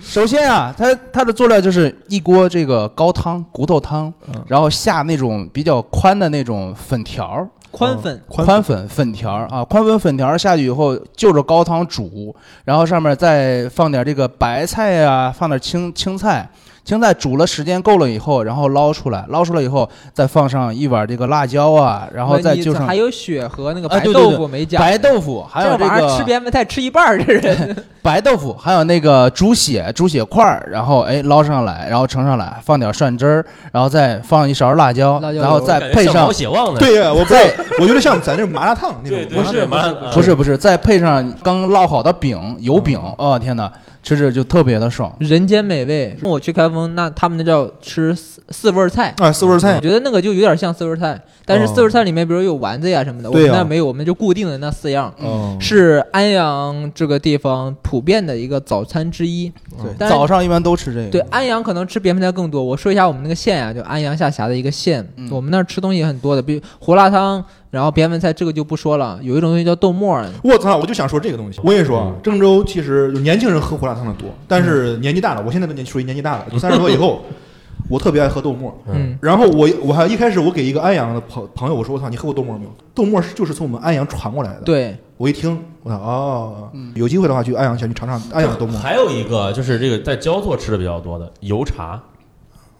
首先啊，它它的做料就是一锅这个高汤骨头汤，然后下那种比较宽的那种粉条儿，宽粉，哦宽宽粉粉条儿啊，宽粉粉条儿下去以后，就着高汤煮，然后上面再放点这个白菜啊，放点青青菜，青菜煮了时间够了以后，然后捞出来，捞出来以后再放上一碗这个辣椒啊，然后再你就上还有血和那个啊白对对豆对腐没讲，白豆腐，还有这玩意儿吃个扁粉菜吃一半儿，这人 白豆腐，还有那个猪血猪血块儿，然后哎捞上来，然后盛上来，放点蒜汁儿，然后再放一勺辣椒，辣椒然后油再配上毛血旺呢，对呀，我不对，我觉得像咱这麻辣烫那对种，对麻辣是烫嘛？不是不是，再配上刚烙好的饼，油饼，嗯哦天哪，吃着就特别的爽。人间美味。我去开封，那他们那叫吃四四味儿菜。啊，四味嗯我菜，觉得那个就有点像四味儿菜，但是哦四味儿菜里面比如有丸子呀什么的，我对们啊呀那儿没有，我们就固定的那四样，哦嗯是安阳这个地方普遍的一个早餐之一。对嗯但是早上一般都吃这个。对，安阳可能吃扁粉菜更多。我说一下我们那个县啊，就安阳下辖的一个县，嗯我们那儿吃东西也很多的，比如胡辣汤，然后扁粉菜这个就不说了，有一种东西叫豆沫儿，嗯我操！我就想说这个东西。我跟你说啊，郑州其实就年轻人喝胡辣汤的多，但是年纪大了，我现在的年属于年纪大 了，三十多以后，我特别爱喝豆沫。嗯，然后我我还一开始我给一个安阳的朋朋友我说我操你喝过豆沫没有？豆沫是就是从我们安阳传过来的。，对，嗯我一听我操哦，有机会的话去安阳想去尝尝嗯安阳的豆 沫。嗯还有一个就是这个在焦作吃的比较多的油茶，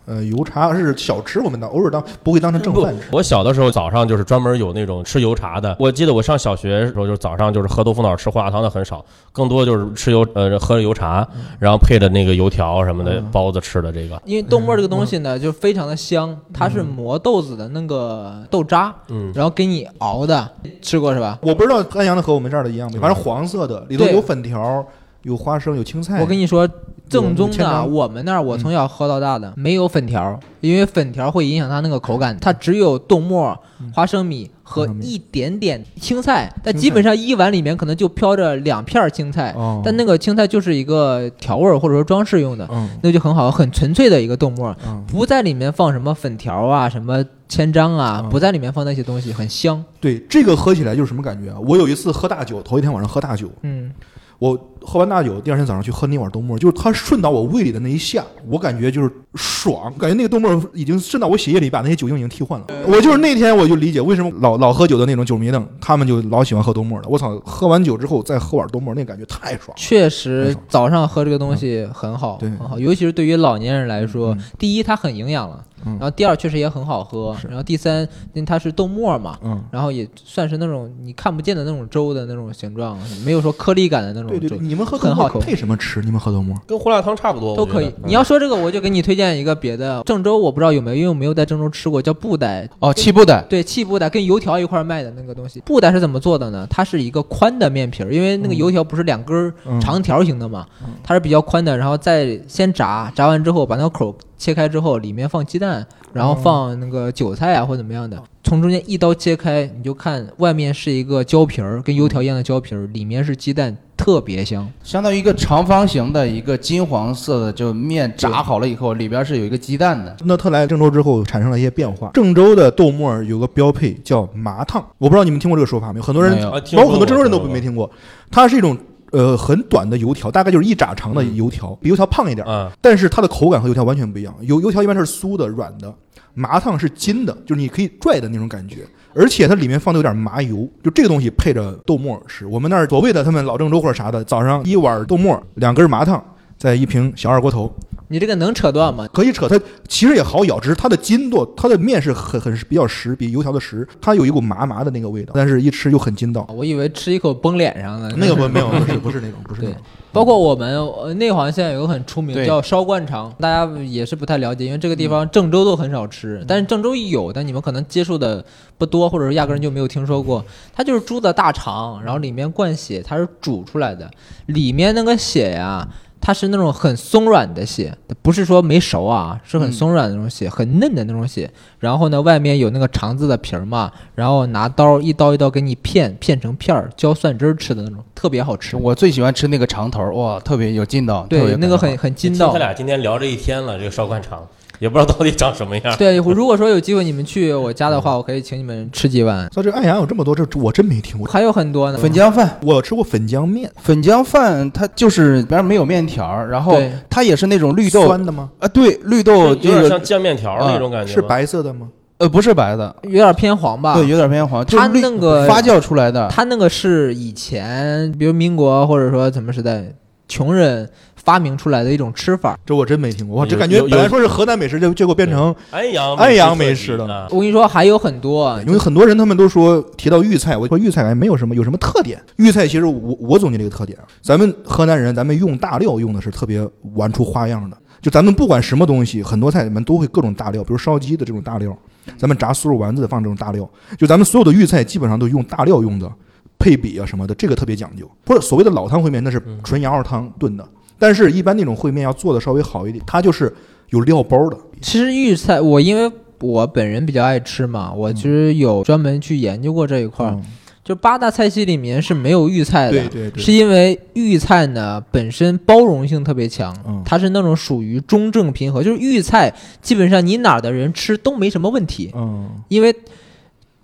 呃，油茶是小吃，我们当偶尔当不会当成正不饭吃。我小的时候早上就是专门有那种吃油茶的。我记得我上小学的时候，就是早上就是喝豆腐脑、吃胡辣汤的很少，更多就是吃油呃喝油茶，嗯然后配的那个油条什么的包子吃的这个。因为豆沫儿这个东西呢，就非常的香，它是磨豆子的那个豆渣，嗯，然后给你熬的，吃过是吧？我不知道安阳的和我们这儿的一样没，反正黄色的，里头嗯对有粉条，有花生，有青菜。我跟你说，正宗千的嗯啊张哎我们那儿，我从小喝到大的，没有粉条儿，因为粉条儿会影响它那个口感，它只有豆沫儿、嗯花生米和花生米一点点青菜，但青基本菜上一碗里面可能就飘着两片儿青菜，哦，但那个青菜就是一个调味儿或者说装饰用的，嗯那就很好，很纯粹的一个豆沫儿。嗯，不在里面放什么粉条啊、什么千张啊，嗯不在里面放那些东西，很香。对，这个喝起来就是什么感觉啊？我有一次喝大酒，头一天晚上喝大酒，嗯，我喝完大酒，第二天早上去喝那碗豆沫，就是它顺到我胃里的那一下，我感觉就是爽，感觉那个豆沫已经渗到我血液里，把那些酒精已经替换了。我就是那天我就理解为什么老老喝酒的那种酒迷瞪，他们就老喜欢喝豆沫了。我操，喝完酒之后再喝碗豆沫，那感觉太爽了。确很实爽早上喝这个东西很嗯好，对很好，尤其是对于老年人来说，第一它很营养了，嗯然后第二确实也很好喝，是然后第三因为它是豆沫嘛。嗯，然后也算是那种你看不见的那种粥的那种形状，没有说颗粒感的那种对对粥对，，你们喝很豆好沫口配什么吃？你们喝豆沫？跟胡辣汤差不多都可以。你要说这个，我就给你推荐一个别嗯的。郑州我不知道有没有，因为我没有在郑州吃过，叫布袋，哦，七布袋，对，气布袋跟油条一块儿卖的那个东西，布袋是怎么做的呢？它是一个宽的面皮儿，因为那个油条不是两根儿嗯长条形的嘛，它是比较宽的，然后再先炸，炸完之后把那个口儿切开之后，里面放鸡蛋，然后放那个韭菜啊或怎么样哦的，从中间一刀切开，你就看外面是一个胶皮儿，跟油条一样的胶皮儿，里面是鸡蛋，特别香。相当于一个长方形的一个金黄色的，就面炸好了以后，里边是有一个鸡蛋的。那特来郑州之后产生了一些变化。郑州的豆沫有个标配叫麻烫，我不知道你们听过这个说法没有？很多人没有啊，听包说括很多郑州人都过没。听过，它是一种呃很短的油条，大概就是一拃长的油条，比油条胖一点儿，嗯啊，但是它的口感和油条完全不一样。油油条一般是酥的、软的，麻烫是筋的，就是你可以拽的那种感觉。而且它里面放的有点麻油，就这个东西配着豆沫吃。我们那儿所谓的他们老郑州或者啥的，早上一碗豆沫，两根麻烫，再一瓶小二锅头，你这个能扯断吗？可以扯。它其实也好咬，只是它的筋度，它的面是很很比较实，比油条的实，它有一股麻麻的那个味道，但是一吃又很筋道。我以为吃一口崩脸上的 那个不没有，不 是不是那种，不是那对种。，包括我们呃内黄现在有个很出名对叫烧灌肠，大家也是不太了解，因为这个地方郑州都很少嗯吃，但是郑州有，但你们可能接触的不多，或者是压根儿就没有听说过。它就是猪的大肠，然后里面灌血，它是煮出来的，里面那个血呀、它是那种很松软的血，不是说没熟啊，是很嗯松软的那种血，很嫩的那种血。然后呢，外面有那个肠子的皮儿嘛，然后拿刀一刀一刀给你片片成片儿，浇蒜汁儿吃的那种，特别好吃。我最喜欢吃那个肠头儿，哇，特别有劲道。特别对，那个感很觉很听筋道他。俩今天聊这一天了，这个烧灌肠也不知道到底长什 么样。对，如果说有机会你们去我家嗯的话，我可以请你们吃几碗，在这安阳有这么多，这我真没听过。还有很多呢。粉浆饭，我吃过粉浆面，粉浆饭它就是里边没有面条儿，然后对它也是那种绿豆酸的吗？啊，对，绿豆有这点像个酱面条那种感觉啊是吗，白色的吗？呃不是白的，有点偏黄吧？对，有点偏黄，就啊它是绿那个发酵出来的，它那个是以前，比如民国或者说什么时代，穷人发明出来的一种吃法。这我真没听过，我这有感觉有本来说是河南美食，结结果变成安阳安阳美美食食特的辑啊。我跟你说，还有很多，啊因为很多人他们都说提到豫菜，我啊说豫菜还没有什么有什么特点。豫菜其实我我总结了一个特点，啊咱们河南人咱们用大料用的是特别玩出花样的，就咱们不管什么东西，很多菜里面都会各种大料，比如烧鸡的这种大料，咱们炸酥肉丸子放这种大料，就咱们所有的豫菜基本上都用大料用的配比啊什么的，这个特别讲究。或者所谓的老汤烩面，那是纯羊肉汤炖的，但是一般那种烩面要做的稍微好一点，它就是有料包的。其实豫菜，我因为我本人比较爱吃嘛，我嗯其实有专门去研究过这一块儿。嗯就八大菜系里面是没有豫菜的，对对对是因为豫菜呢本身包容性特别强，嗯它是那种属于中正平和，就是豫菜基本上你哪儿的人吃都没什么问题，嗯，因为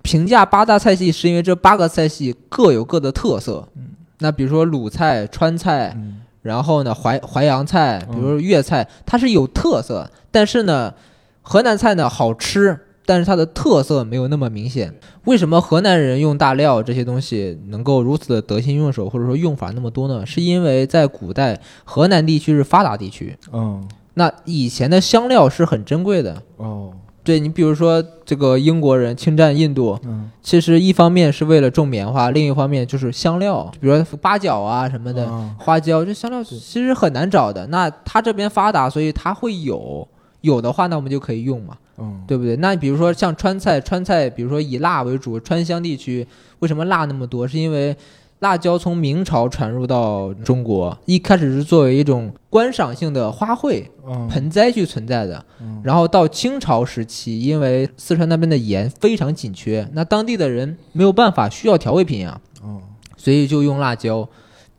评价八大菜系是因为这八个菜系各有各的特色，嗯那比如说鲁菜、川菜，嗯然后呢，淮淮扬菜，比嗯如说粤菜，它是有特色，但是呢，河南菜呢好吃，但是它的特色没有那么明显。为什么河南人用大料这些东西能够如此的得心应手，或者说用法那么多呢？是因为在古代河南地区是发达地区，嗯那以前的香料是很珍贵的。哦对你，比如说这个英国人侵占印度，嗯其实一方面是为了种棉花，另一方面就是香料，比如说八角啊什么的，嗯花椒这香料其实很难找的。那它这边发达，所以它会有，有的话那我们就可以用嘛，嗯对不对？那比如说像川菜，川菜比如说以辣为主，川湘地区为什么辣那么多？是因为辣椒从明朝传入到中国，一开始是作为一种观赏性的花卉嗯盆栽去存在的。嗯然后到清朝时期，因为四川那边的盐非常紧缺，那当地的人没有办法，需要调味品啊，嗯所以就用辣椒，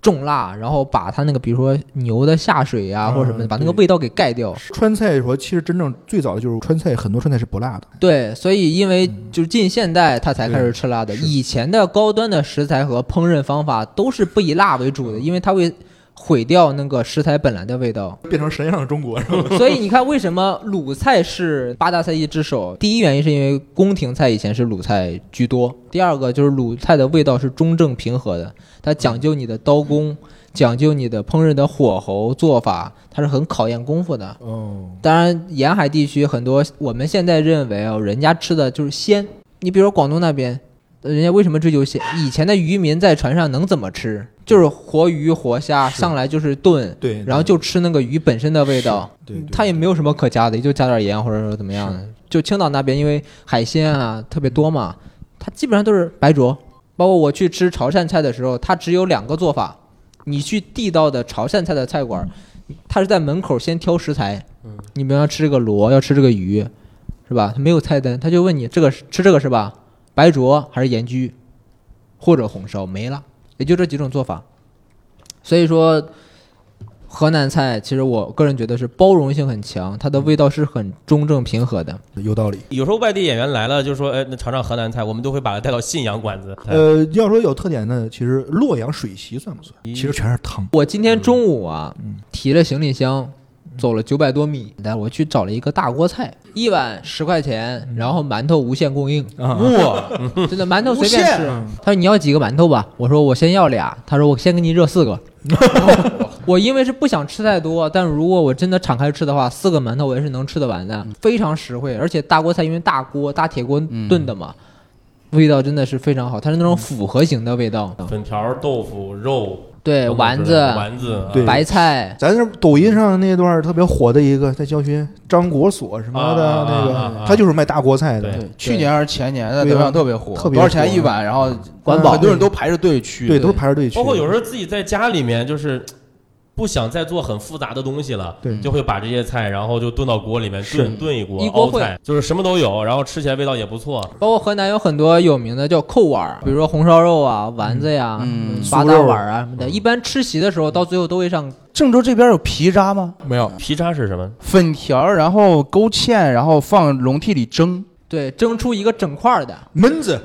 重辣，然后把它那个比如说牛的下水啊、嗯或者什么的，把那个对味道给盖掉。川菜说，其实真正最早的就是川菜，很多川菜是不辣的。对，所以因为就是近现代它才开始吃辣的，对是以前的高端的食材和烹饪方法都是不以辣为主的，因为它会毁掉那个食材本来的味道。变成神样的中国，是吧？所以你看，为什么鲁菜是八大菜系之首？第一原因是因为宫廷菜以前是鲁菜居多，第二个就是鲁菜的味道是中正平和的，它讲究你的刀工，讲究你的烹饪的火候做法，它是很考验功夫的。哦，当然，沿海地区很多我们现在认为哦，人家吃的就是鲜。你比如说广东那边，呃人家为什么追求鲜？以前的渔民在船上能怎么吃？就是活鱼活虾是上来就是炖，对然后就吃那个鱼本身的味道。对，对它也没有什么可加的，也就加点盐或者说怎么样的。就青岛那边，因为海鲜啊特别多嘛，它基本上都是白灼。包括我去吃潮汕菜的时候，它只有两个做法。你去地道的潮汕菜的菜馆，它是在门口先挑食材，你们要吃这个螺，要吃这个鱼，是吧？它没有菜单，他就问你这个是吃这个是吧？白灼还是盐焗，或者红烧，没了，也就这几种做法。所以说，河南菜其实我个人觉得是包容性很强，它的味道是很中正平和的。有道理。有时候外地演员来了，就说：“哎，那尝尝河南菜。”我们都会把他带到信阳馆子。呃，要说有特点的，其实洛阳水席算不算？咦其实全是汤。我今天中午啊嗯，提了行李箱，走了九百多米，但我去找了一个大锅菜，一碗十块钱，然后馒头无限供应，啊，哇，真的馒头随无便限吃。他说你要几个馒头吧？我说我先要俩。他说我先给你热四个。 我因为是不想吃太多，但如果我真的敞开吃的话，四个馒头我也是能吃得完的，非常实惠。而且大锅菜因为大锅大铁锅炖的嘛，味道真的是非常好，它是那种复合型的味道。粉条、豆腐、肉，对，等等丸之类的子、嗯丸子，对白菜，咱这抖音上那段特别火的一个，在郊区张果锁什么的啊那啊啊啊个，他就是卖大锅菜的嗯对。对，去年还是前年在对抖音啊上特别火，特别多少钱火一碗？然后管饱很多人都排着队去，对，都是排着队去。包括有时候自己在家里面就是不想再做很复杂的东西了，对就会把这些菜然后就炖到锅里面是炖炖一锅嗯一锅嗯熬菜，就是什么都有，然后吃起来味道也不错。包括河南有很多有名的叫扣碗儿，比如说红烧肉啊、丸子呀、嗯八酥大肉碗儿啊什么的。一般吃席的时候，到最后都会上郑州这边有皮渣吗？没有皮渣是什么？粉条儿，然后勾芡，然后放笼屉里蒸。对蒸出一个整块儿的。焖子，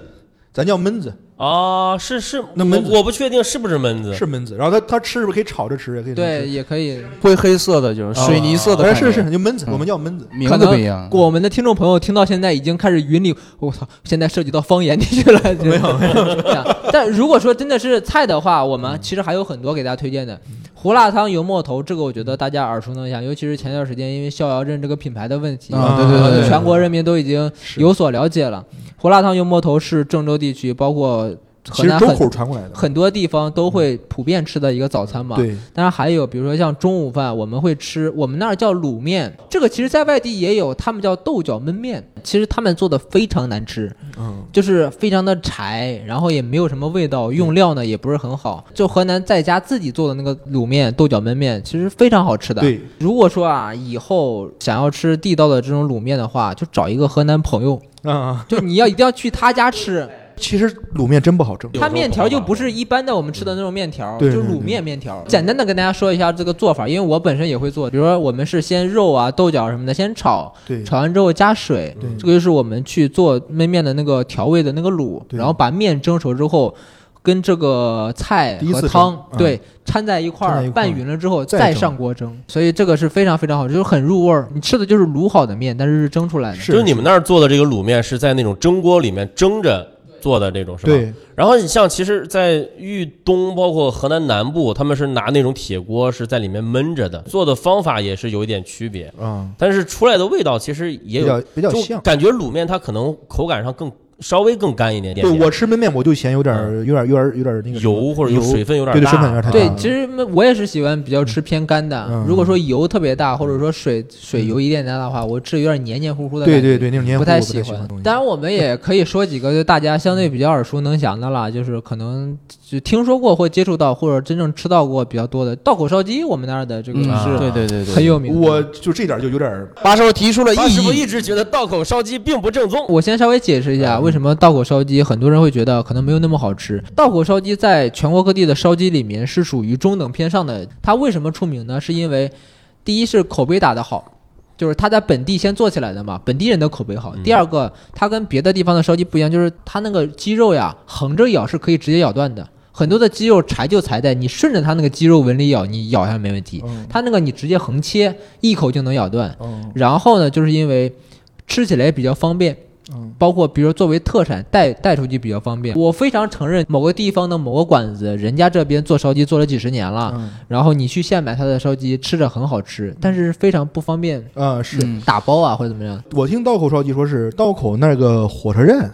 咱叫焖子，啊，是是，那我焖子我不确定是不是焖子，是焖子。然后他他吃是不是可以炒着吃，也可以这么对，吃。也可以。灰黑色的，就是水泥色的哎感觉、是是，就焖子，嗯我们叫焖子。名可字能不一样。我们的听众朋友听到现在已经开始云里，我操，现在涉及到方言地区了。没有没有。但如果说真的是菜的话，我们其实还有很多给大家推荐的，胡辣汤、油馍头，这个我觉得大家耳熟能详，尤其是前段时间因为逍遥镇这个品牌的问题，啊，对对对对，全国人民都已经是有所了解了。胡辣汤、油馍头是郑州地区，包括河其实南周很口传过来的。很多地方都会普遍吃的一个早餐嘛。对，当然还有，比如说像中午饭，我们会吃，我们那儿叫卤面，这个其实在外地也有，他们叫豆角焖面。其实他们做的非常难吃，嗯，就是非常的柴，然后也没有什么味道，用料呢也不是很好。就河南在家自己做的那个卤面、豆角焖面，其实非常好吃的。对，如果说啊，以后想要吃地道的这种卤面的话，就找一个河南朋友，啊，就你要一定要去他 家吃，其实卤面真不好蒸。有时它候面条就不是好一般的我们吃的那种面条，对就是对卤对面面条。简单的跟大家说一下这个做法，因为我本身也会做。比如说，我们是先肉啊、豆角什么的先炒，对，炒完之后加水，对嗯这个就是我们去做焖面的那个调味的那个卤，对然后把面蒸熟之后。跟这个菜第一和次汤、蒸嗯对掺在一块掺在儿一，块儿拌匀了之后再再蒸上锅蒸，所以这个是非常非常好吃，就是很入味儿。你吃的就是卤好的面，但是是蒸出来的。就是你们那儿做的这个卤面是在那种蒸锅里面蒸着做的这种是吧？对然后你像其实，在豫东包括河南南部，他们是拿那种铁锅是在里面焖着的，做的方法也是有一点区别，啊，但是出来的味道其实也比有较比较就像。感觉卤面它可能口感上更稍微更干一点点对点，我吃焖面我就嫌有点儿有点儿有点儿有点儿那个什么油或者有油水分有点对对大，水分有点太对大，其实我也是喜欢比较吃偏干的。啊嗯如果说油特别大，或者说水水油一点点大的话，我吃有点黏黏糊糊的感对觉。对对，那种黏糊不我不太喜欢欢的东。西。当然，我们也可以说几个就大家相对比较耳熟能详的啦，就是可能就听说过或接触到，或者真正吃到过比较多的道口烧鸡，我们那儿的这个嗯啊是对对对对，很有名的。我就这点儿就有点儿八师傅提出了八异师傅议，一直觉得道口烧鸡并不正宗，我先稍微解释一下，为什么道口烧鸡很多人会觉得可能没有那么好吃。道口烧鸡在全国各地的烧鸡里面是属于中等偏上的。它为什么出名呢？是因为第一是口碑打得好，就是它在本地先做起来的嘛，本地人的口碑好。嗯第二个，它跟别的地方的烧鸡不一样，就是它那个鸡肉呀，横着咬是可以直接咬断的。很多的鸡肉柴就柴在你顺着它那个鸡肉纹理咬，你咬下来没问题。嗯它那个你直接横切，一口就能咬断。嗯然后呢，就是因为吃起来比较方便，嗯包括比如说作为特产带带出去比较方便。我非常承认某个地方的某个馆子，人家这边做烧鸡做了几十年了，嗯然后你去现买他的烧鸡，吃着很好吃，但是非常不方便啊是。嗯打包啊或者怎么样。我听道口烧鸡说是道口那个火车站，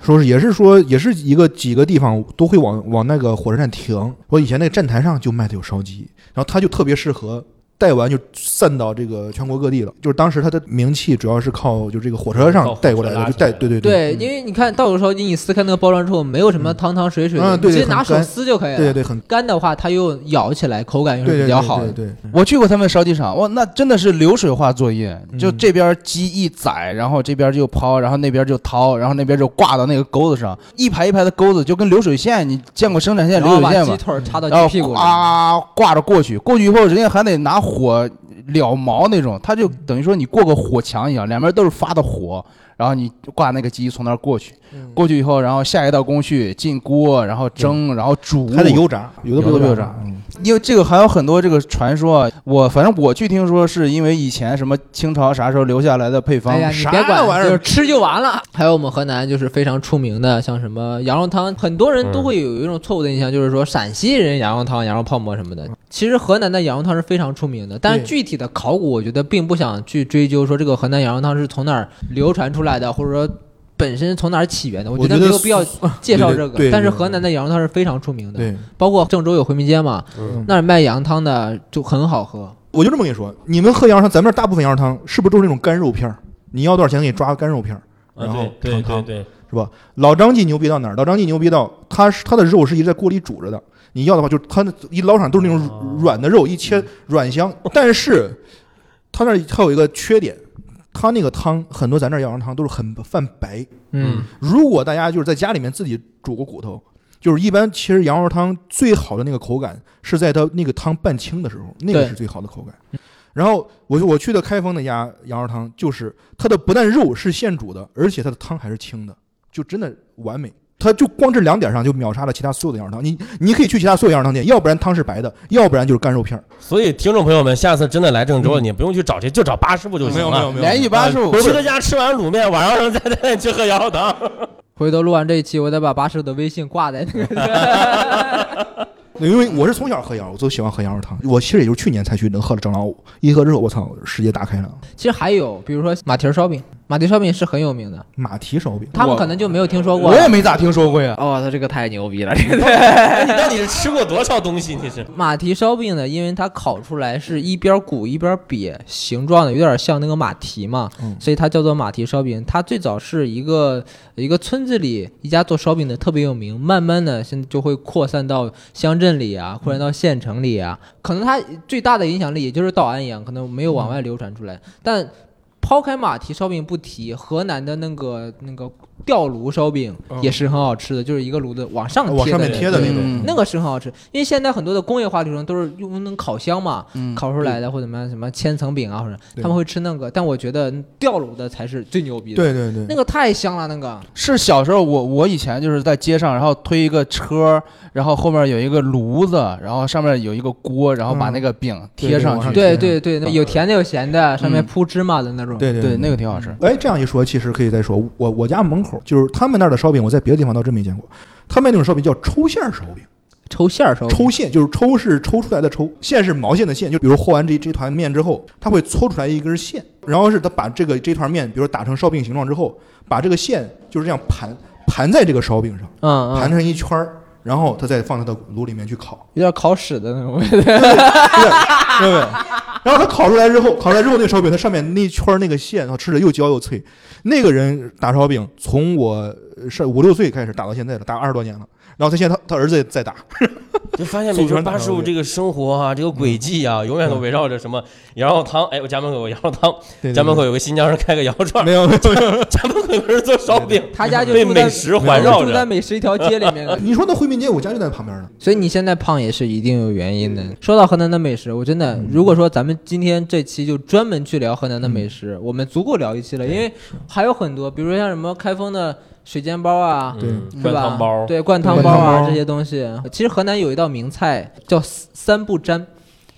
说是也是说也是一个几个地方都会往往那个火车站停。我以前那个站台上就卖的有烧鸡，然后它就特别适合带完就散到这个全国各地了。就是当时他的名气主要是靠就这个火车靠上火带过车来的，拉就起带来对对对，因为你看到时候你撕开那个包装之后，没有什么汤汤水水嗯的，啊对直接很拿手干撕就可以了。对对很干的话，它又咬起来口感又对对是比较好的。对对对我去过他们烧鸡场，哇，那真的是流水化作业，嗯就这边鸡一宰，然后这边就抛，然后那边就掏，然后那边就挂到那个钩子上，一排一排的钩子就跟流水线，你见过生产线然流后水把线鸡吗？腿儿插到嗯然后鸡屁股里，啊挂着过去，过去以后人家还得拿火燎毛那种，他就等于说你过个火墙一样，两边都是发的火，然后你挂那个鸡从那儿过去，嗯过去以后，然后下一道工序进锅，然后蒸，嗯然后煮，还得油炸，有的有的不不油油炸，因为这个还有很多这个传说啊，我反正我据听说是因为以前什么清朝啥时候留下来的配方，哎呀，你啥别管，玩意儿就是吃就完了。还有我们河南就是非常出名的，像什么羊肉汤，很多嗯人都会有一种错误的印象，就是说陕西人羊肉汤、羊肉泡馍什么的。其实河南的羊肉汤是非常出名的，但是嗯对具体的考古，我觉得并不想去追究说这个河南羊肉汤是从哪儿流传出来的，或者说。本身从哪儿起源的？我觉我觉得得没有必要介绍 对对这个。对但是对河南的羊肉汤是非常出名的，对，包括郑州有回民街嘛，嗯那儿卖羊汤的就很好喝。我就这么跟你说，你们喝羊肉汤，咱们这儿大部分羊肉汤是不是都是那种干肉片儿？你要多少钱给你抓个干肉片儿，啊嗯然后对对尝对汤对，是吧？老张记牛逼到哪儿？老张记牛逼到它是它的肉是一直在锅里煮着的，你要的话就是它那一捞上都是那种哦软软的肉，一切软香。但是它那儿还有一个缺点，它那个汤很多咱这儿羊肉汤都是很泛白。嗯，如果大家就是在家里面自己煮过骨头，就是一般其实羊肉汤最好的那个口感是在它那个汤半清的时候，那个对是最好的口感。然后我我去的开封那家羊肉汤，就是它的不但肉是现煮的，而且它的汤还是清的，就真的完美。它就光这两点上就秒杀了其他所有的羊肉汤。你你可以去其他所有羊肉汤店，要不然汤是白的，要不然就是干肉片儿。所以听众朋友们，下次真的来郑嗯州，你不用去找谁，就找八师傅就行了。没连一八十五不，是去他家吃完卤面，晚上再带你去喝羊肉汤。回头录完这一期，我得把八叔的微信挂在那个。对，因为我是从小喝羊，我就喜欢喝羊肉汤。我其实也就是去年才去能喝了张老五，一喝之后我操，世界大开了。其实还有，比如说马蹄儿烧饼，马蹄儿烧饼是很有名的，马蹄烧饼，他们可能就没有听说过。我也没咋听说过呀。哦，他这个太牛逼了！这个你到底是吃过多少东西？你是 马蹄烧饼呢，因为它烤出来是一边鼓一边瘪，形状的有点像那个马蹄嘛，嗯所以它叫做马蹄烧饼。它最早是一个一个村子里一家做烧饼的特别有名，慢慢的现在就会扩散到乡镇里啊，扩散到县城里啊。可能它最大的影响力也就是道安一样，可能没有往外流传出来。但抛开马蹄烧饼不提，河南的那个那个吊炉烧饼嗯也是很好吃的，就是一个炉子往上往上面的贴的对那种。嗯那个是很好吃，因为现在很多的工业化流程都是用那种烤箱嘛，嗯烤出来的或者什么什么千层饼啊，或者对他们会吃那个，但我觉得吊炉的才是最牛逼的，，对对对，那个太香了，那个是小时候我我以前就是在街上，然后推一个车，然后后面有一个炉子，然后上面有一个锅，然后把嗯那个饼对贴对上往上去。贴对对对，那有甜的有咸的，上面嗯铺芝麻的那种，对对对，那个挺好吃。哎，这样一说，其实可以再说，我我家门口就是他们那儿的烧饼，我在别的地方倒真没见过。他们那种烧饼叫抽馅儿烧饼，抽馅儿烧饼，抽馅就是抽是抽出来的抽，馅是毛线的线。就比如和完这这团面之后，它会搓出来一根线，然后是他把这个这团面，比如打成烧饼形状之后，把这个线就是这样盘盘在这个烧饼上，嗯盘嗯，成一圈儿，然后他再放到他的炉里面去烤。有点烤屎的那种味道， 对不对？然后它烤出来之后， 烤出来之后那个烧饼，它上面那一圈儿那个馅，然后吃着又焦又脆。那个人打烧饼，从我上五六岁开始打到现在了，打二十多年了。然后他现在他他儿子也在打，就发现祖没？就是传大八师傅肉这个生活啊，这个轨迹啊，永远都围绕着什么羊肉汤。哎，我家门口有羊肉汤，嗯对对对家门口有个新疆人开个羊肉串，没有没有没有。 家门口有人做烧饼， 他家就被住在美食环绕住在着。美食一条街里 面，你说那回民街，我家就在旁边呢。所以你现在胖也是一定有原因的。说到河南的美食，我真的，如果说咱们今天这期就专门去聊河南的美食，我们足够聊一期了，因为还有很多，比如说像什么开封的水煎包啊，对嗯，是灌吧？汤包，对，灌汤包灌啊汤包这些东西。其实河南有一道名菜叫三三不沾，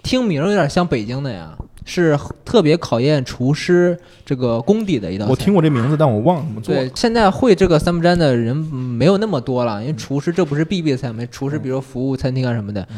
听名儿有点像北京的呀，是特别考验厨师这个功底的一道菜。我听过这名字，但我忘了怎么做。对，现在会这个三不沾的人嗯没有那么多了，因为厨师这不是必备菜吗？厨师比如服务餐厅啊什么的，嗯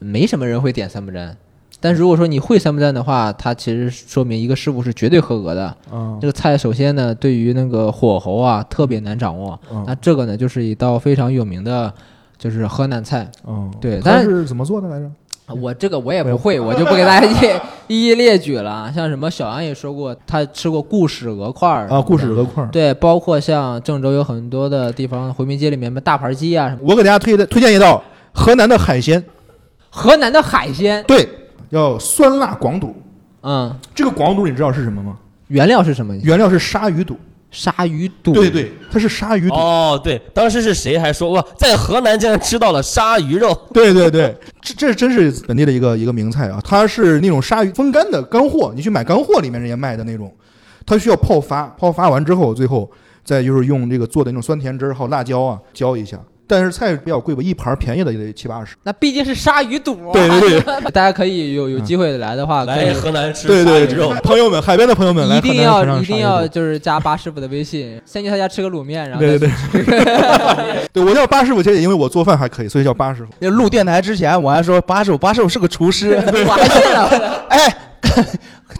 没什么人会点三不沾。但如果说你会三不沾的话，它其实说明一个师傅是绝对合格的。嗯这个菜首先呢，对于那个火候啊特别难掌握，嗯那这个呢就是一道非常有名的，就是河南菜。嗯，对他但是怎么做的来着？我这个我也不会，我就不给大家一一一列举了啊。像什么小杨也说过，他吃过固始鹅块儿啊，故事有个块儿。对，包括像郑州有很多的地方，回民街里面的大盘鸡啊什么。我给大家推的推荐一道河南的海鲜，河南的海鲜，对，叫酸辣广肚。嗯，这个广肚你知道是什么吗？原料是什么？原料是鲨鱼肚。鲨鱼肚。对对，它是鲨鱼肚。哦，对，当时是谁还说哇，在河南竟然吃到了鲨鱼肉？对对对， 这这真是本地的一个一个名菜啊！它是那种鲨鱼风干的干货，你去买干货里面人家卖的那种，它需要泡发，泡发完之后，最后再就是用这个做的那种酸甜汁儿还有辣椒啊浇一下。但是菜比较贵吧，一盘儿便宜的也得七八十。那毕竟是鲨鱼肚、啊。对对对大家可以有有机会来的话，可来以河南吃对鲨鱼对，肉，朋友们，海边的朋友们来一河南尝定要尝一定鲨鱼要肚就是加巴师傅的微信，先去他家吃个卤面，然后对再对对， 对我叫八师傅，其实也因为我做饭还可以，所以叫八师傅。那录电台之前，我还说八十五，八十五是个厨师，我还信 了。哎，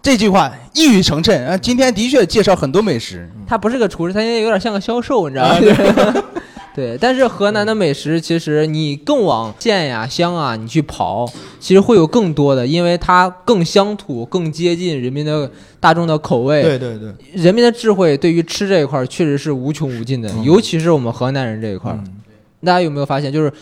这句话一语成谶啊！今天的确介绍很多美食，他不是个厨师，他现在有点像个销售，你知道啊吗？ 对，但是河南的美食，其实你更往县呀、乡啊，你去刨，其实会有更多的，因为它更乡土、更接近人民的大众的口味。对对对，人民的智慧对于吃这一块儿确实是无穷无尽的，嗯尤其是我们河南人这一块儿。嗯大家有没有发现，就是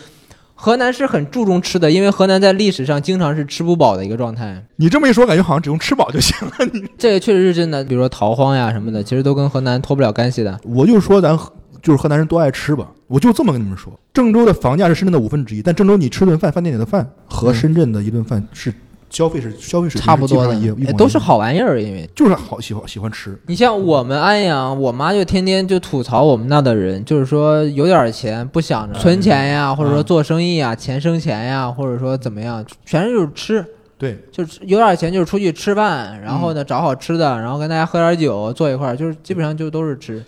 河南是很注重吃的，因为河南在历史上经常是吃不饱的一个状态。你这么一说，感觉好像只用吃饱就行了。这个确实是真的，比如说逃荒呀什么的，其实都跟河南脱不了干系的。我就说咱河就是河南人多爱吃吧，我就这么跟你们说，郑州的房价是深圳的五分之一，但郑州你吃顿饭，饭店里的饭和深圳的一顿饭是消费是消费水平差不多是的基本上一一模一，哎样都是，好玩意儿。因为就是好喜欢喜欢吃，你像我们安阳，我妈就天天就吐槽我们那的人，就是说有点钱不嗯想着存钱呀，或者说做生意啊，钱生钱呀，或者说怎么样，全是就是吃。对，就是有点钱，就是出去吃饭，然后呢找好吃的，然后跟大家喝点酒，坐一块儿，就是基本上就都是吃。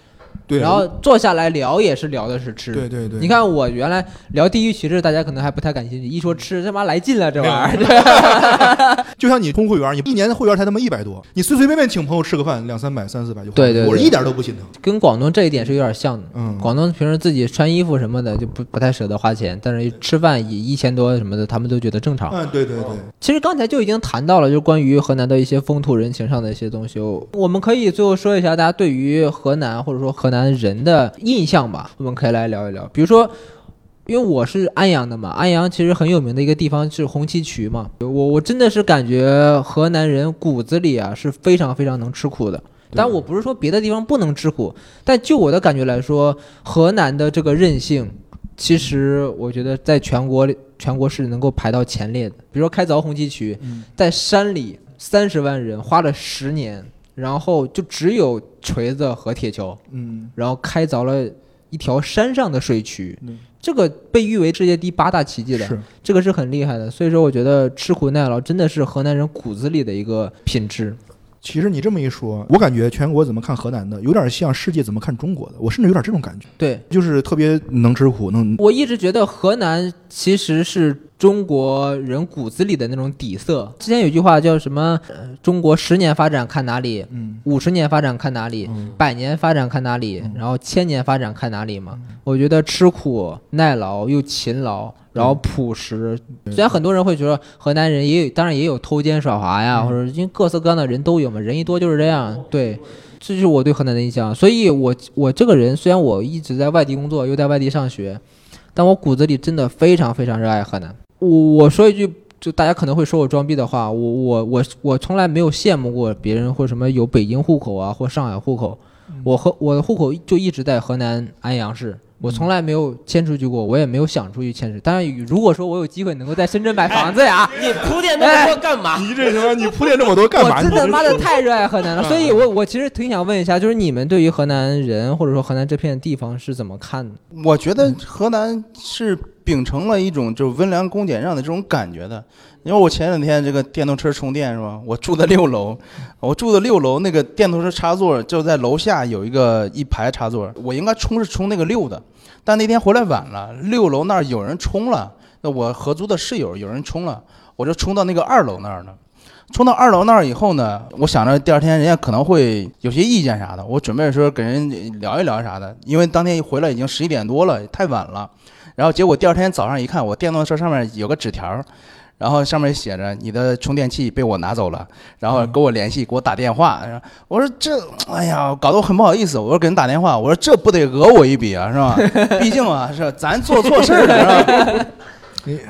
对，然后坐下来聊也是聊的是吃。对对对，你看我原来聊地域歧视，大家可能还不太感兴趣，一说吃，他妈来劲了这玩意儿。就像你充会员，你一年的会员才他妈一百多，你随随便便请朋友吃个饭，两三百、三四百就花对对对我是一点都不心疼， 跟广东这一点是有点像的。嗯，广东平时自己穿衣服什么的就不不太舍得花钱，但是吃饭也一千多什么的，他们都觉得正常。嗯，对对对，其实刚才就已经谈到了，就是关于河南的一些风土人情上的一些东西。哦我我们可以最后说一下大家对于河南或者说河南人的印象吧，我们可以来聊一聊。比如说，因为我是安阳的嘛，安阳其实很有名的一个地方是红旗渠嘛。我我真的是感觉河南人骨子里啊是非常非常能吃苦的。但我不是说别的地方不能吃苦，但就我的感觉来说，河南的这个韧性，其实我觉得在全国里全国是能够排到前列的。比如说开凿红旗渠，嗯在山里三十万人花了十年，然后就只有锤子和铁锹，嗯，然后开凿了一条山上的水渠嗯，这个被誉为世界第八大奇迹的，是。这个是很厉害的。所以说，我觉得吃苦耐劳真的是河南人骨子里的一个品质。其实你这么一说，我感觉全国怎么看河南的，有点像世界怎么看中国的，我甚至有点这种感觉，对就是特别能吃苦，能我一直觉得河南其实是中国人骨子里的那种底色。之前有句话叫什么？呃中国十年发展看哪里？嗯五十年发展看哪里，嗯百年发展看哪里，然后千年发展看哪里嘛。嗯我觉得吃苦、耐劳又勤劳，然嗯后朴实。对虽然很多人会觉得河南人也有，当然也有偷奸耍滑呀，嗯哦或者因为各色各样的人都有嘛，人一多就是这样。对，这就是我对河南的印象。所以我我这个人虽然我一直在外地工作，又在外地上学，但我骨子里真的非常非常热爱河南。我我说一句就大家可能会说我装逼的话，我我我我从来没有羡慕过别人或什么有北京户口啊或上海户口，我和我的户口就一直在河南安阳市。我从来没有迁出去过，我也没有想出去迁出。当然，如果说我有机会能够在深圳买房子呀，你铺垫那么多干嘛？你这什么？你铺垫这么多哎干我嘛？嗯真的你妈的太热爱河 南了。所以我我其实挺想问一下，就是你们对于河南人或者说河南这片地方是怎么看的？我觉得河南是秉承了一种就是温良恭俭让的这种感觉的。因为我前两天这个电动车充电是吧？我住在六楼，我住的六楼那个电动车插座就在楼下有一个一排插座，我应该充是充那个六的，但那天回来晚了，六楼那儿有人充了，那我合租的室友有人充了，我就充到那个二楼那儿了。充到二楼那儿以后呢，我想着第二天人家可能会有些意见啥的，我准备说给人聊一聊啥的，因为当天一回来已经十一点多了，太晚了。然后结果第二天早上一看，我电动车上面有个纸条儿，然后上面写着你的充电器被我拿走了，然后跟我联系，给我打电话。然后我说这，哎呀，搞得我很不好意思。我说给人打电话，我说这不得讹我一笔啊，是吧？毕竟嘛，是吧咱做错事儿了，是吧？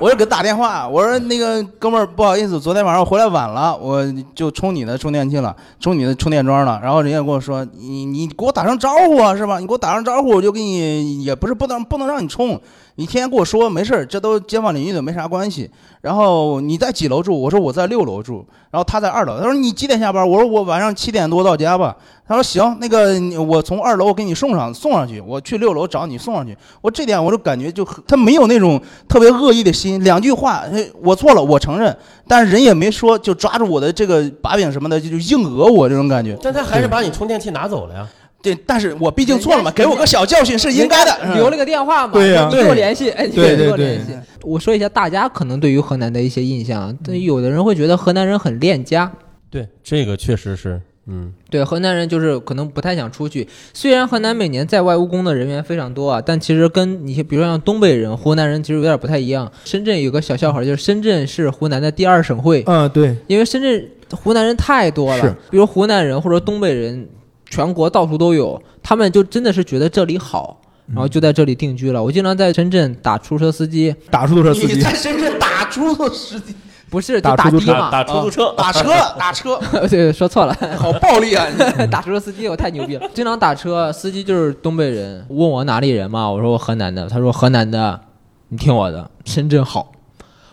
我就给他打电话，我说那个哥们儿，不好意思，昨天晚上我回来晚了，我就充你的充电器了，充你的充电桩了。然后人家跟我说，你你给我打声招呼啊，是吧？你给我打声招呼，我就给你，也不是不能不能让你充，你天天跟我说没事儿，这都街坊邻居的没啥关系。然后你在几楼住？我说我在六楼住。然后他在二楼，他说你几点下班？我说我晚上七点多到家吧。他说行，那个你我从二楼我给你送上送上去，我去六楼找你送上去。我这点我就感觉就很他没有那种特别恶意的心，两句话，哎我错了，我承认，但是人也没说就抓住我的这个把柄什么的，就就硬讹我这种感觉。但他还是把你充电器拿走了呀。对，但是我毕竟错了嘛，人家给我个小教训是应该的。嗯留了个个电话嗯嘛，对呀你跟我联系，哎，你对跟我对联系。我说一下大家可能对于河南的一些印象，嗯但有的人会觉得河南人很恋家，对，这个确实是，嗯，对，河南人就是可能不太想出去。虽然河南每年在外务工的人员非常多啊，但其实跟你比如说像东北人、湖南人其实有点不太一样。深圳有个小笑话，就是深圳是湖南的第二省会，嗯，对，因为深圳湖南人太多了是，比如湖南人或者东北人，全国到处都有，他们就真的是觉得这里好。嗯然后就在这里定居了。我经常在深圳打出租车司机，打出租 车司你机在深圳打出租司机不是就打出打的租车嘛？打出租车，打车打车， 对，说错了，好暴力啊！你打出租车司机我太牛逼了。经常打车，司机就是东北人，问我哪里人嘛，我说我河南的，他说河南的，你听我的，深圳好，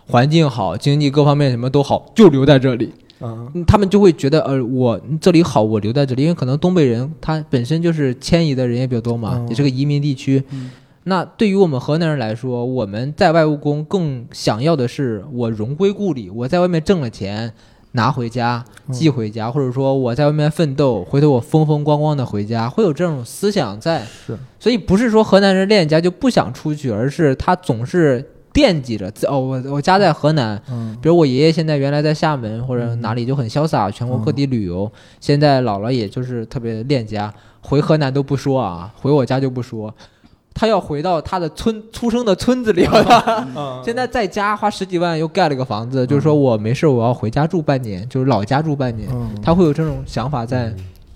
环境好，经济各方面什么都好，就留在这里。啊，嗯他们就会觉得，呃，我这里好，我留在这里，因为可能东北人他本身就是迁移的人也比较多嘛，嗯也是个移民地区。那对于我们河南人来说，我们在外务工更想要的是我荣归故里，我在外面挣了钱拿回家寄回家，或者说我在外面奋斗，回头我风风光光的回家，会有这种思想在。是，所以不是说河南人恋家就不想出去，而是他总是惦记着自哦，我我家在河南，嗯，比如我爷爷现在原来在厦门或者哪里就很潇洒，全国各地旅游。现在老了也就是特别恋家，回河南都不说啊，回我家就不说。他要回到他的村出生的村子里了。 现在在家花十几万又盖了个房子，就是说我没事，我要回家住半年，就是老家住半年。嗯他会有这种想法在，